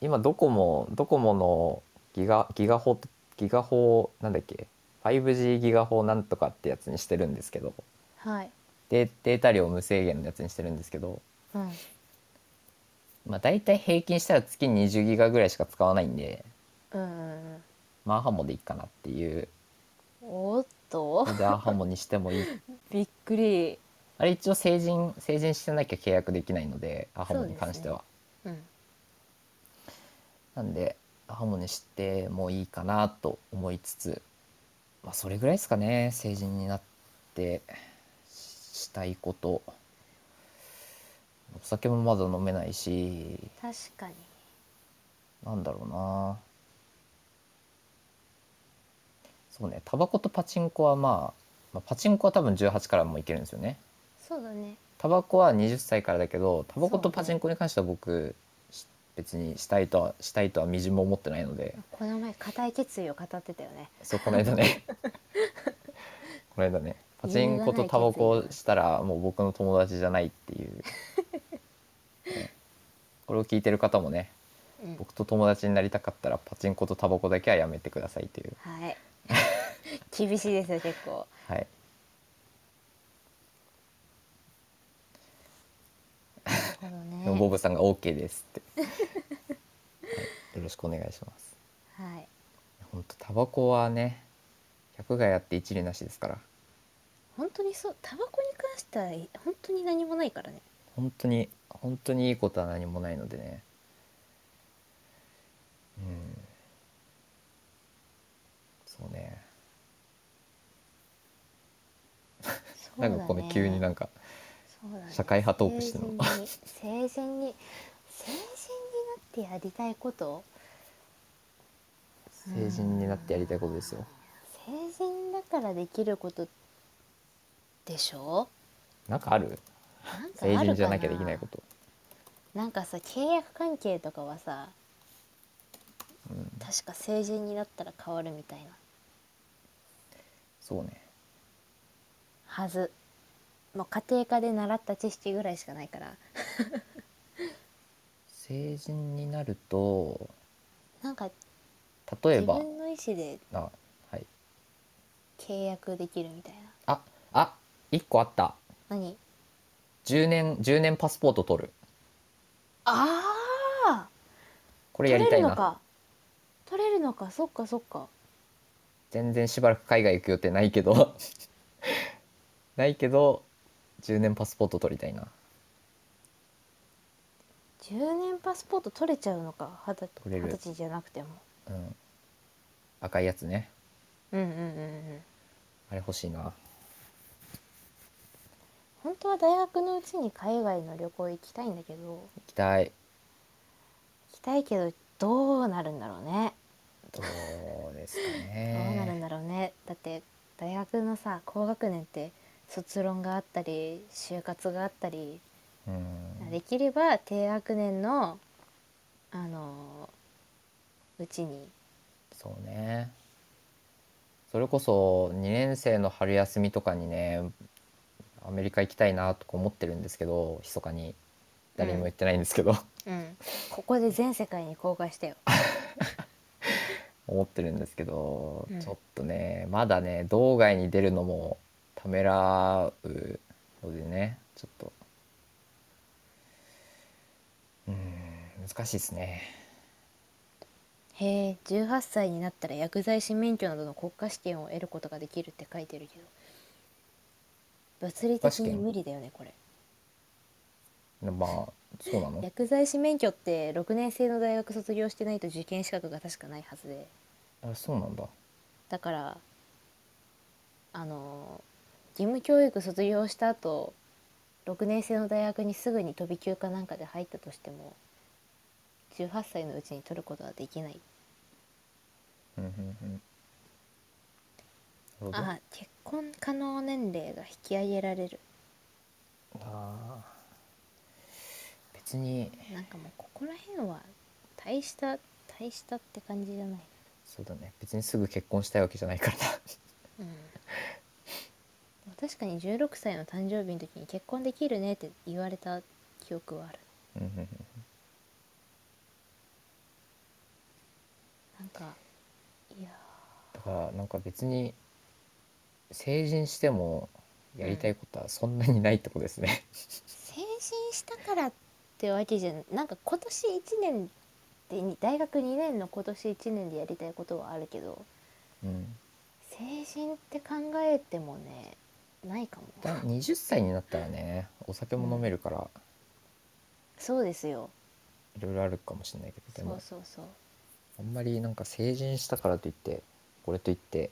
今ドコモドコモのギガギガホギガホなんだっけ 5G ギガホなんとかってやつにしてるんですけど
はい、
デデータ量無制限のやつにしてるんですけど、
うん、
まあ、大体平均したら月20ギガぐらいしか使わないんで
うんうん
まあアハモでいいかなっていう
うんおっと
のでアハモにしてもいい
びっくり
あれ一応成人成人してなきゃ契約できないのでアハモに関しては、
うん
なんでアハモにしてもいいかなと思いつつまあそれぐらいですかね成人になってししたいことお酒もまだ飲めないし
確かに
なんだろうなそうねタバコとパチンコは、まあ、まあパチンコは多分18からもいけるんですよね
そうだね
タバコは20歳からだけどタバコ
そう
と
ね
パチンコに関しては僕し別にしたいとはしたいとはみじんも思ってないので
この前固い決意を語ってたよね
そうこの間ねこの間ねパチンコとタバコをしたらもう僕の友達じゃないっていう、ねこれを聞いてる方もね
うん
僕と友達になりたかったらパチンコとタバコだけはやめてくださいという
はい *laughs* 厳しいですよ結
*laughs*
構
はい。
なるほどね
でもボブさんが OK です
*laughs*
って、はいよろしくお願いします
はい
本当タバコはね百害あって一理なしですから
本当にそうタバコに関しては本当に何もないからね
本当に本当にいいことは何もないのでねうんそうね
そう
な
だ
ん
ね
かこの急になんか社会派トークしてんの
成人に成人に成人になってやりたいこと
成人になってやりたいことですよ
成人だからできることでしょ
なんかある
なんかある
成
かな
人じゃなきゃできないこと
なんかさ契約関係とかはさ
うん
確か成人になったら変わるみたいな
そうね
はずもう家庭科で習った知識ぐらいしかないから
成人になると
なんか
例え
自
ば
分の意思で
あはい
契約できるみたいな
ああ一個あった
何
10年10年パスポート取る
ああ
これ
取
や
れ
りた
る
い
の
な
か取れるのかそっかそっか
全然しばらく海外行く予定ないけど *laughs* ないけど10年パスポート取りたいな
10年パスポート取れちゃうのか二十
取れる
二十歳じゃなくても
うん赤いやつね
うんうんうんうん
あれ欲しいな
本当は大学のうちに海外の旅行行きたいんだけど
行きたい
行きたいけどどうなるんだろうね
どうですか
どうなるん
ね
だろうねだって大学のさ高学年って卒論があったり就活があったり
うん
できれば低学年のあのうちに
そうねそれこそ2年生の春休みとかにねアメリカ行きたいなとか思ってるんですけど密かに誰にも言ってないんですけど、
うん、ここで全世界に公開してよ。
思ってるんですけど、
うん
ちょっとねまだね道外に出るのもためらうのでねちょっとうーん難しいですね
へえ18歳になったら薬剤師免許などの国家試験を得ることができるって書いてるけど物理的に無理だよねこれ
まあそうなの
薬剤師免許って6年生の大学卒業してないと受験資格が確かないはずで
あそうなんだ
だからあの義務教育卒業した後6年生の大学にすぐに飛び級かなんかで入ったとしても18歳のうちに取ることはできない
うんうんうんなるほど
あ結婚可能年齢が引き上げられる
あー別に
なんかもうここら辺は大した大したって感じじゃない、
そうだね別にすぐ結婚したいわけじゃないからな
うん、でも確かに16歳の誕生日の時に結婚できるねって言われた記憶はある
うんうんうん
なんかいや
だからなんか別に成人してもやりたいことはそんなにないってことですね、
成人したからってわけじゃなんか今年1年でに大学2年の今年1年でやりたいことはあるけど
うん、
成人って考えてもねないかも
だ20歳になったらねお酒も飲めるから
そうですよ
いろいろあるかもしれないけどで
そう
も
そうそう
あんまりなんか成人したからといってこれといって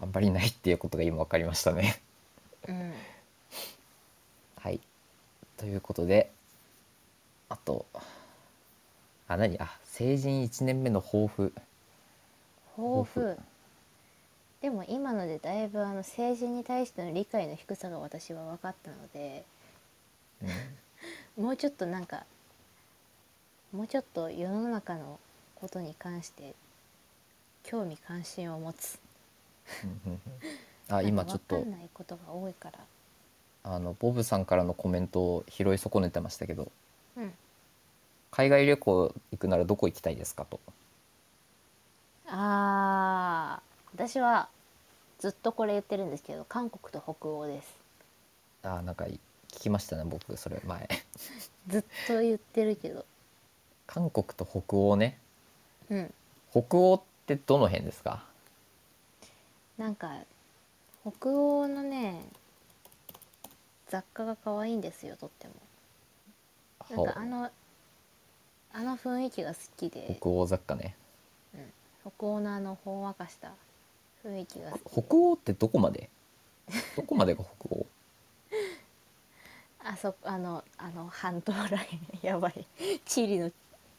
あんまりないっていうことが今分かりましたね。
*laughs* うん
はいということであとあ何あ成人1年目の抱負
豊
豊
富でも今のでだいぶあの政治に対しての理解の低さが私は分かったので
*laughs* うん
もうちょっとなんかもうちょっと世の中のことに関して興味関心を持つ
うんうんうんあ今ちょっ
分
と
かんないことが多いから
あのボブさんからのコメントを拾い損ねてましたけど
うん
海外旅行行くならどこ行きたいですかと
あー私はずっとこれ言ってるんですけど韓国と北欧です
あなんか聞きましたね僕それ前 *laughs*
ずっと言ってるけど
韓国と北欧ね
うん
北欧ってどの辺ですか
なんか北欧のね雑貨が可愛いんですよとってもなんかあのあの雰囲気が好きで
北欧雑貨ね
北欧のあのほんわかした雰囲気が好き
北欧ってどこま
*laughs*
でどこまでが北欧
あそこあのあの半島ラインやばい地理の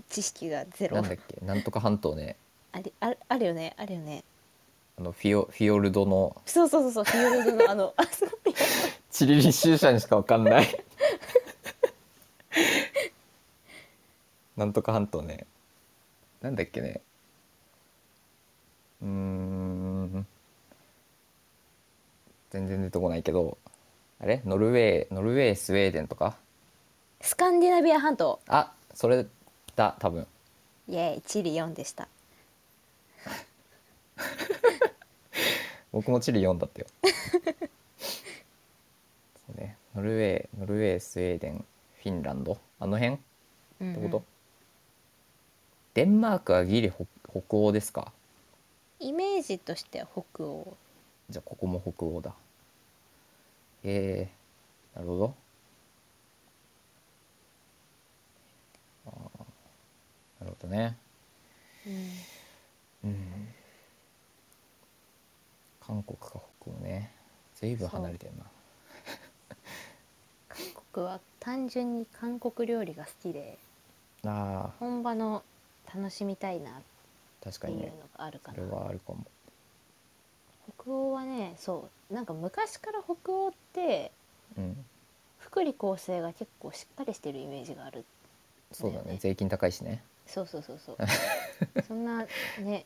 知識がゼ
な
ロ
んだっけなんとか半島ね
ありああるよねあるよね
あのフィヨフィヨルドの
そうそうそうそうフィヨルドのあのあそう
チリリシュー社にしかわかんないなんとか半島ねなんだっけねうーん全然出てこないけどあれノルウェーノルウェースウェーデンとか
スカンディナビア半島
あそれだ多分
イエーイ地理4でした
僕もチリ読んだってよそうねノルウェーノルウェースウェーデンフィンランドあの辺って
うんうん
こと、デンマークはギリ北北欧ですか
イメージとしては北欧
じゃあここも北欧だえー、なるほどあーなるほどね
うん
うん韓国か北欧ね随分離れてるな
韓国は単純に韓国料理が好きで
あ
本場の楽しみたいなっ
ー確か
ていう
に
の
ね
があるか
そ
な、
れはあるかも
北欧はねそうなんか昔から北欧って
うん
福利厚生が結構しっかりしてるイメージがある
そうだ
だ
ね
よね
税金高いしね
そうそうそう *laughs* そうそんなね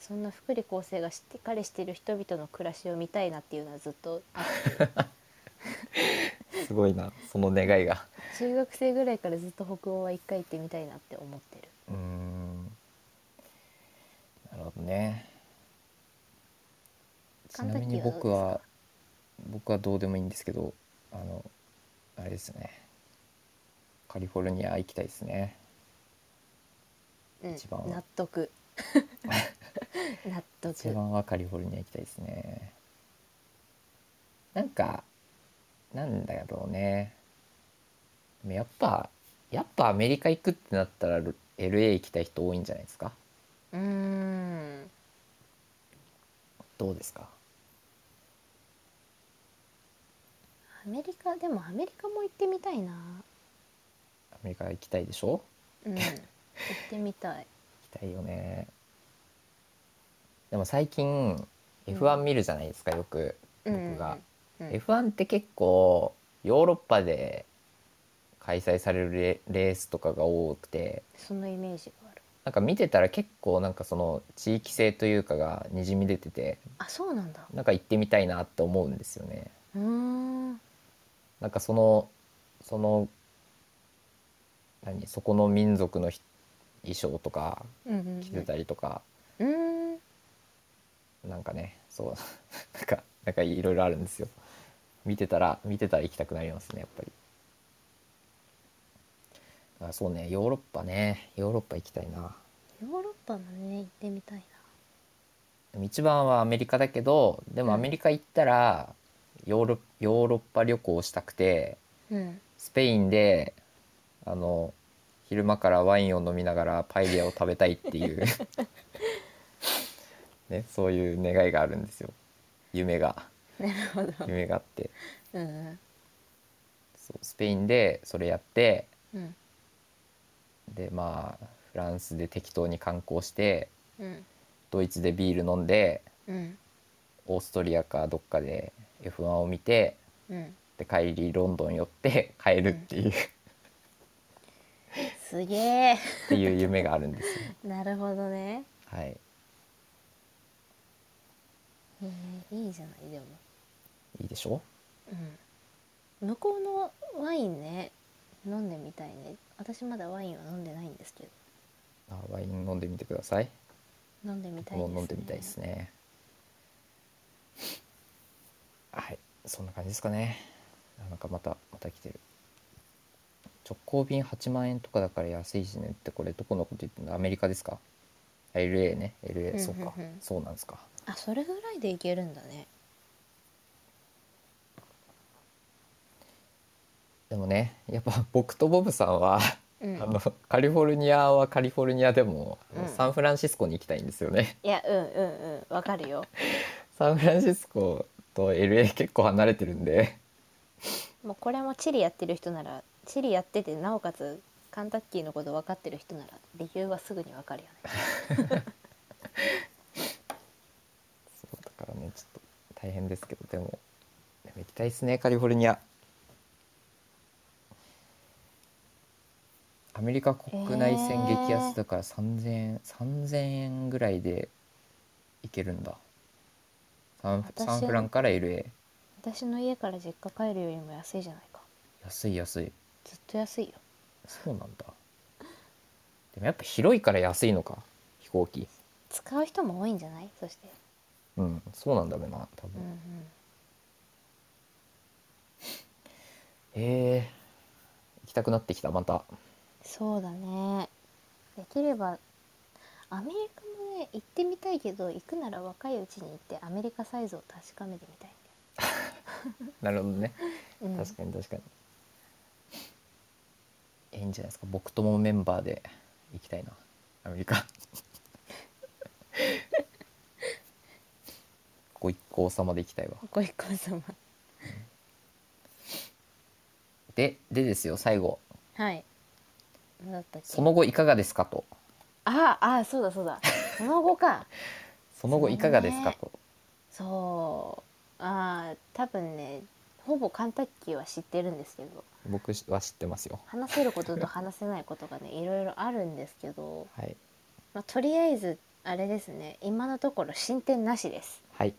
そんな福利厚生がしっかりしてる人々の暮らしを見たいなっていうのはずっとあって
すごいなその願いが
中学生ぐらいからずっと北欧は一回行ってみたいなって思ってる
うーんなるほどねちなみに僕は僕はどうでもいいんですけどあのあれですねカリフォルニア行きたいですね
うん
一番は
納
*laughs*
得納
一
得
番はカリフォルニア行きたいですねなんかなんだろうねでもやっぱやっぱアメリカ行くってなったら LA 行きたい人多いんじゃないですか
うーん
どうですか
アメリカでもアメリカも行ってみたいな
アメリカ行きたいでしょ
うん行ってみたい
行きたいよねでも最近
うん
F1 見るじゃないですかよく、
うん
僕が、
うん
F1 って結構ヨーロッパで開催されるレレースとかが多くて
そのイメージがある
なんか見てたら結構なんかその地域性というかがにじみ出てて
あそうなんだ
なんか行ってみたいなって思うんですよね
うーん
なんかそのその何そこの民族の人衣装とか
うんうん
着てたりとか、
うんうーん
なんかねそう *laughs* なんかなんかいろいろあるんですよ見てたら見てたら行きたくなりますねやっぱりあそうねヨーロッパねヨーロッパ行きたいな
ヨーロッパもね行ってみたいな
でも一番はアメリカだけどでもアメリカ行ったらヨーロヨーロッパ旅行したくて
うん
スペインであの昼間からワインを飲みながらパエリアを食べたいって
*laughs*
いう、ね、そういう願いがあるんですよ夢が
なるほど
夢があって
うん
そうスペインでそれやって
うん
でまあフランスで適当に観光して
うん
ドイツでビール飲んで
うん
オーストリアかどっかで F1 を見て
うん
で帰りロンドン寄って帰るっていう、っ
すげえ
ていう夢があるんですよ。
なるほどね
はい、
いいねいいじゃないでも
いいでしょ
うん向こうのワインね飲んでみたいね私まだワインは飲んでないんですけど
あワイン飲んでみてください。
飲んでみたいです
もう
ね
飲んでみたいですね。はい、そんな感じですかね。あなんかまたまた来てる。直行便8万円とかだから安いしねってこれどこのこと言ってんだアメリカですかあ ?LA ね LA そうか
うんうんうん
そうなんですか
あそれぐらいでいけるんだね
でもねやっぱ僕とボブさんは、
うん
あのカリフォルニアはカリフォルニアでも、あの
うん
サンフランシスコに行きたいんですよね
いやうんうんうんわかるよ
サンフランシスコと LA 結構離れてるんで
もうこれも地理やってる人なら地理やっててなおかつカンタッキーのこと分かってる人なら理由はすぐにわかるよね
そうだからねちょっと大変ですけどでもでも行きたいですねカリフォルニアアメリカ国内線
へー
激安だから3000円、3000円ぐらいで行けるんだサン
私
サンフランから LA
私の家から実家帰るよりも安いじゃないか
安い安い
ずっと安いよ
そうなんだでもやっぱ広いから安いのか飛行機
使う人も多いんじゃないそして
うんそうなんだろうな多分
うんうん
へえ行きたくなってきたまた
そうだねできればアメリカもね行ってみたいけど行くなら若いうちに行ってアメリカサイズを確かめてみたい
なるほどね
んだよ、うん
確かに確かに、いいんじゃないですか僕ともメンバーで行きたいなアメリカ *laughs* ご一行様で行きたいわ
ご一行様
ででですよ最後
はい何だったっけ
その後いかがですかと
ああそうだそう *laughs* だその後か
その後いかがですかと、
そうああ多分ねほぼカンタッキーは知ってるんですけど
僕は知ってますよ
話せることと話せないことがねいろいろあるんですけど、
はい
まあ、とりあえずあれですね今のところ進展なしです
はい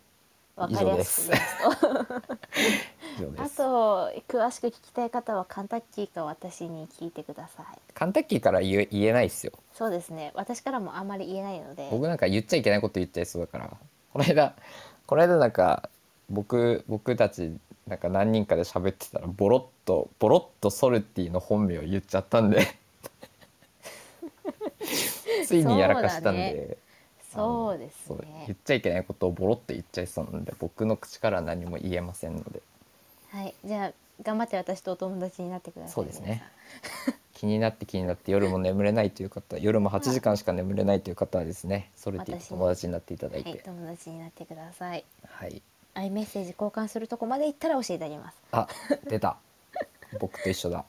わかりやすく言いますと
以上で
あ
す *laughs*
と詳しく聞きたい方はカンタッキーか私に聞いてください
カンタッキーから言え言えないですよ
そうですね私からもあんまり言えないので
僕なんか言っちゃいけないこと言っちゃいそうだからこの間この間なんか僕僕たちなんか何人かで喋ってたらボロッとボロッとソルティの本名を言っちゃったん
*laughs*
でついにやらかしたん
そ
で
うそうで
あ
す
のそう
ね
言っちゃいけないことをボロッと言っちゃいそうなんで僕の口からは何も言えませんので
はいじゃあ頑張って私とお友達になってください
そうですね
皆さん
気になって気になって夜も眠れないという方夜も8時間しか眠れないという方はですねソルティと友達になっていただい
はい、
て
友達になってください。
はい
アイメッセージ交換するとこまで行ったら教えてあげます。
あ出た僕と一緒だ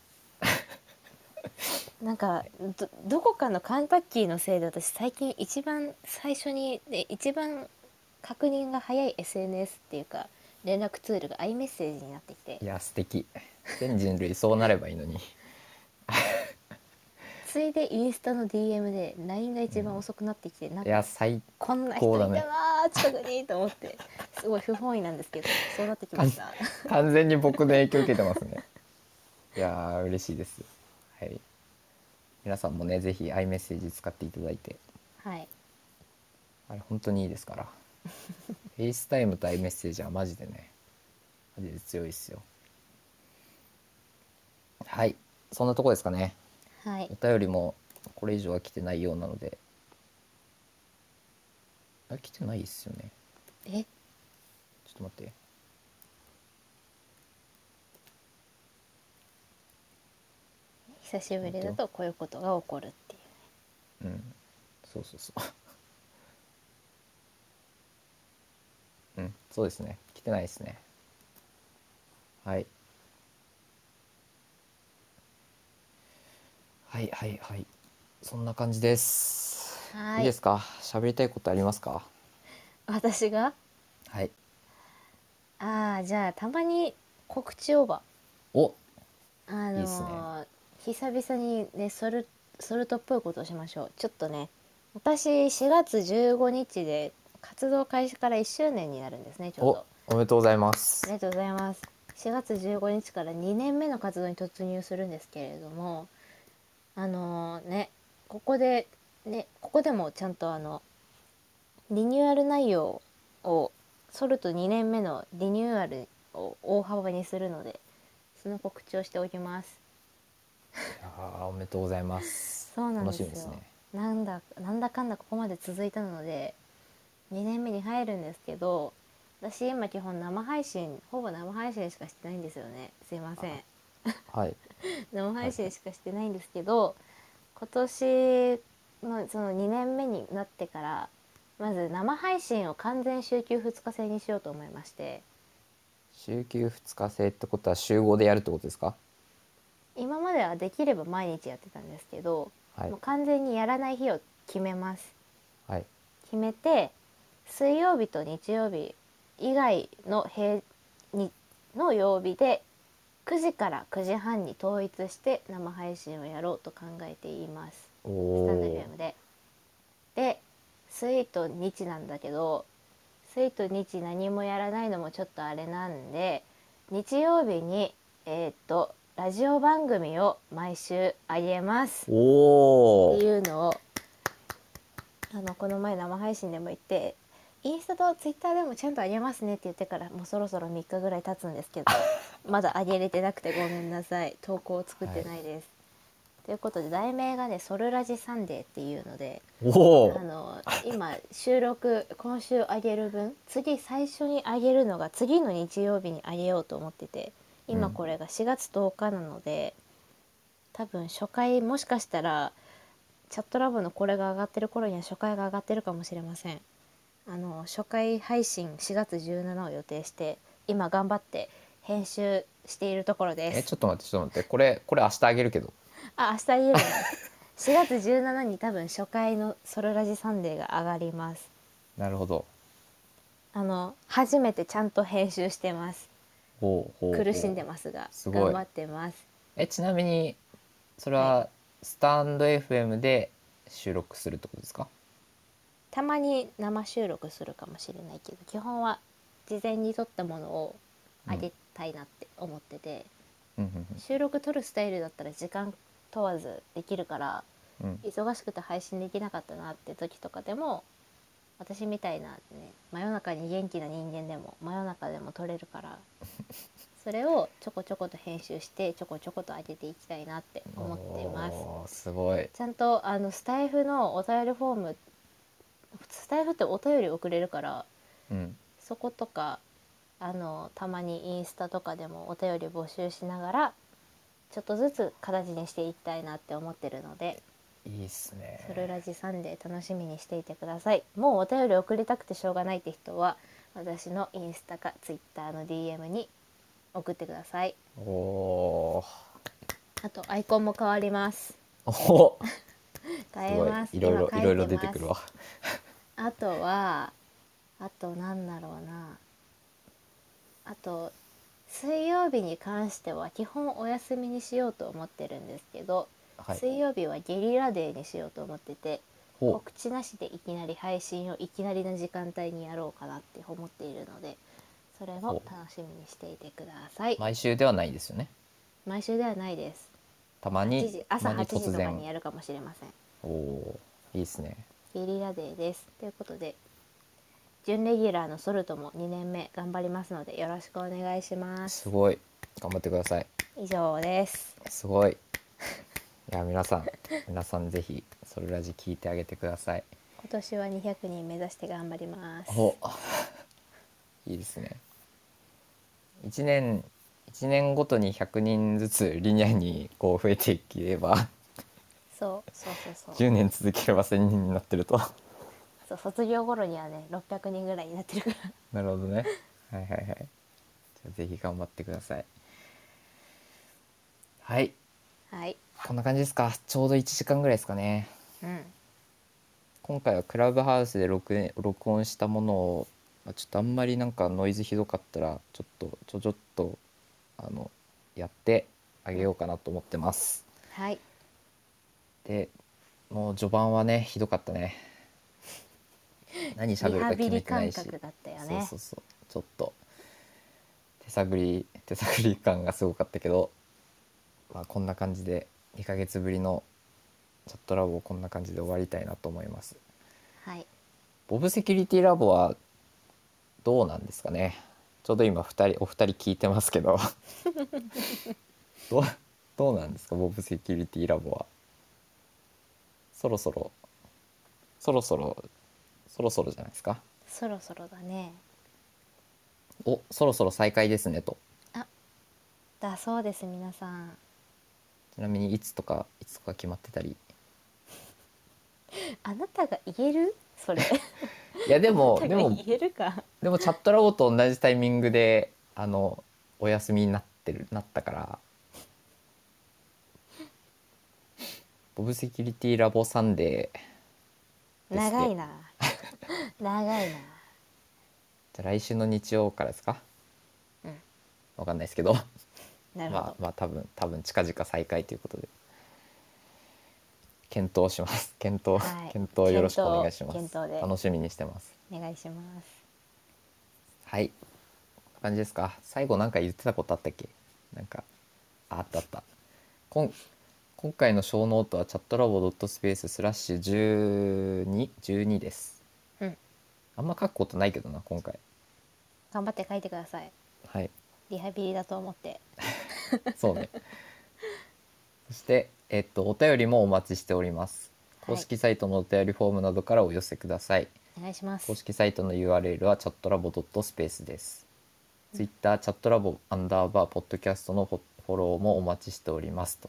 なんかどどこかのカンタッキーのせいで私最近一番最初にで一番確認が早い SNS っていうか連絡ツールがアイメッセージになってきて
いや素敵全人類そうなればいいのに
ついでインスタの DM で LINE が一番遅くなってきて、なん
い
か
や最
こんな人
高
い
だ
た
ね
なあ、近くにと思ってすごい不本意なんですけどそうなってきました。
完全に僕の影響受けてますねいやー嬉しいですはい皆さんもねぜひ iMessage 使っていただいて
はい、
あれ本当にいいですから FaceTime と iMessage はマジでねマジで強いっすよはいそんなとこですかね
はい
お便りもこれ以上は来てないようなのであ来てないっすよね
え
ちょっと待って。
久しぶりだとこういうことが起こるっていう。
うん。そうそうそう。 *laughs* うん、そうですね。来てないですね。はい。はいはいはい。そんな感じです。
はい
いですか。喋りたいことありますか。
私が
はい。
ああじゃあたまに告知オーバ
お、
ーあのー
いいっ
久々にねソルソルトっぽいことをしましょうちょっとね私4月15日で活動開始から1周年になるんですねちょう
お
ど、
おめでとうございま
あり
す。
がとうございます4月15日から2年目の活動に突入するんですけれどもあのーねここでねここでもちゃんとあのリニューアル内容をソルト2年目のリニューアルを大幅にするのでその告知をしておきます
ああ、おめでとうございます。
そうなんで
楽
す
し
よ
みですね。
なんだなんだかんだここまで続いたので2年目に入るんですけど私今基本生配信ほぼ生配信しかしてないんですよねすいません
はい
生配信しかしてないんですけど今年のその2年目になってからまず生配信を完全週休2日制にしようと思いまして
週休2日制ってことは週5でやるってことですか
今まではできれば毎日やってたんですけど、
はい
もう完全にやらない日を決めます
はい
決めて水曜日と日曜日以外の平にの曜日で9時から9時半に統一して生配信をやろうと考えています
お
スタンド
お
FM で。で水と日なんだけど水と日何もやらないのもちょっとあれなんで日曜日にえーっとラジオ番組を毎週あげます。
お
って
お
いうのをあのこの前生配信でも言ってインスタとツイッターでもちゃんとあげますねって言ってからもうそろそろ3日ぐらい経つんですけどまだあげれてなくてごめんなさい投稿を作ってないです。ということで題名がね「ソルラジサンデー」っていうので
お
あの今収録今週あげる分次最初にあげるのが次の日曜日にあげようと思ってて今
うん
これが4月10日なので、多分初回もしかしたらチャットラボのこれが上がってる頃には初回が上がってるかもしれませんあの初回配信4月17を予定して今頑張って編集しているところです
えちょっと待ってちょっと待ってこれこれ明日あげるけど
あ明日言えるの4月17に多分初回のソロラジサンデーが上がります
なるほど
あの初めてちゃんと編集してます
ほうほうほう
苦しんでますが
すごい
頑張ってます
えちなみにそれはスタンド FM で収録するってことですか
たまに生収録するかもしれないけど基本は事前に撮ったものをあげたいなって思ってて、
うんうん
収録撮るスタイルだったら時間問わずできるから
うんうん
忙しくて配信できなかったなって時とかでも私みたいなね真夜中に元気な人間でも真夜中でも撮れるから
*laughs*
それをちょこちょこと編集してちょこちょこと上げていきたいなって思っています。
おーすごい
ちゃんとあのスタイフのお便りフォームスタイフってお便り送れるから
うん
そことかあのたまにインスタとかでもお便り募集しながらちょっとずつ形にしていきたいなって思ってるので
いいっすね
「それラジサンデー」楽しみにしていてくださいもうお便り送りたくてしょうがないって人は私のインスタかツイッターの DM に送ってください
おお
あとアイコンも変わります
ーお
変えます
いろいろ
今
い
変
ろ
え
いろ出
ま
て
す
くるわ
あとはあとなんだろうなあと水曜日に関しては基本お休みにしようと思ってるんですけど、
はい
水曜日はゲリラデーにしようと思ってて
ほ
告知なしでいきなり配信をいきなりの時間帯にやろうかなって思っているのでそれも楽しみにしていてくださいう
毎週ではないですよね
毎週ではないです
たま
8
に
時朝
たま
8
に
時と
突
か
然
にやるかもしれません
おおーいいっすね
ゲリラデーです。ということで、準レギュラーのソルトも2年目頑張りますのでよろしくお願いします。
すごい頑張ってください
以上です。
すごい。いや皆さん皆さんぜひソルラジ聞いてあげてください。
今年は200人目指して頑張ります。
お *laughs* いいですね。一年一年ごとに100人ずつリニアにこう増えていければ
そうそうそうそう。
10年続ければ1,000人になってると。
そう卒業頃にはね600人ぐらいになってるか
な
ら。
るほどね。はいはいはい。じゃあぜひ頑張ってください。はい
はい。
こんな感じですか。ちょうど1時間ぐらいですかね。
うん。
今回はクラブハウスで録音録音したものをまあちょっとあんまりなんかノイズひどかったらちょっとちょちょっとあのやってあげようかなと思ってます
はい。
でもう序盤はねひどかったね何
リ
喋るか
ハビ
決め
リ
てな
感
いし
覚だったよ
そう
ね
そ。うそうちょっと手探り手探り感がすごかったけど、まあ、こんな感じで2ヶ月ぶりのチャットラボをこんな感じで終わりたいなと思います
はい。
ボブセキュリティラボはどうなんですかねちょうど今二人お二人聞いてますけ
*laughs*
どどうどうなんですかボブセキュリティラボはそろそろそろそろそろそろじゃないですか
そろそろだね
おそろそろ再開ですねと
だそうです皆さん
ちなみにいつとかいつとか決まってたり
あなたが言える
*laughs*
それ
いやで
*laughs*
も
あな
で
たが
も
言えるか
でもチャットラボと同じタイミングであのお休みになってるなったからボブセキュリティラボサンデーですね
長いな *laughs* 長いな
じゃあ来週の日曜からですか、
うん
わかんないですけど
なるほど、
まあまあ多分多分近々再開ということで検討します検討、
はい
検討よろしくお願いします
検討で
楽しみにしてます
お願いします
はいこんな感じですか最後なんか言ってたことあったっけなんかああったあったこん今回の小ノートはチャットラボドットスペーススラッシュ12 12です、
うん
あんま書くことないけどな今回
頑張って書いてください
はい
リハビリだと思って
そうね。 *laughs* そして、えっと、お便りもお待ちしております。公式サイトのお便りフォームなどからお寄せください。
お願いします
公式サイトの URL はチャットラボドットスペースです。ツイッターチャットラボアンダーバーポッドキャストのフォフォローもお待ちしておりますと。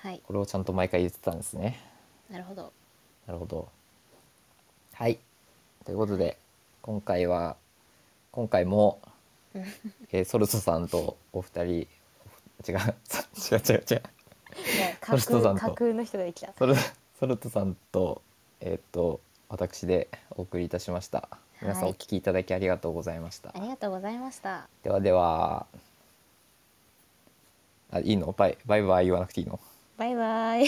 はい
これをちゃんと毎回言ってたんですね。
なる
*laughs*
ほど
なるほど。はい。ということで、今回は、今回も、えーソルソさんとお二人、違う、違う違う違う。
いや
ソ
架
ルトさんと
空架空の人ができた
ソルソルトさんとえーっ、と私でお送りいたしました。皆さん
はい
お聞きいただきありがとうございました。
ありがとうございました
ではでは。あいいのバイバイバイ言わなくていいの。
バイバイ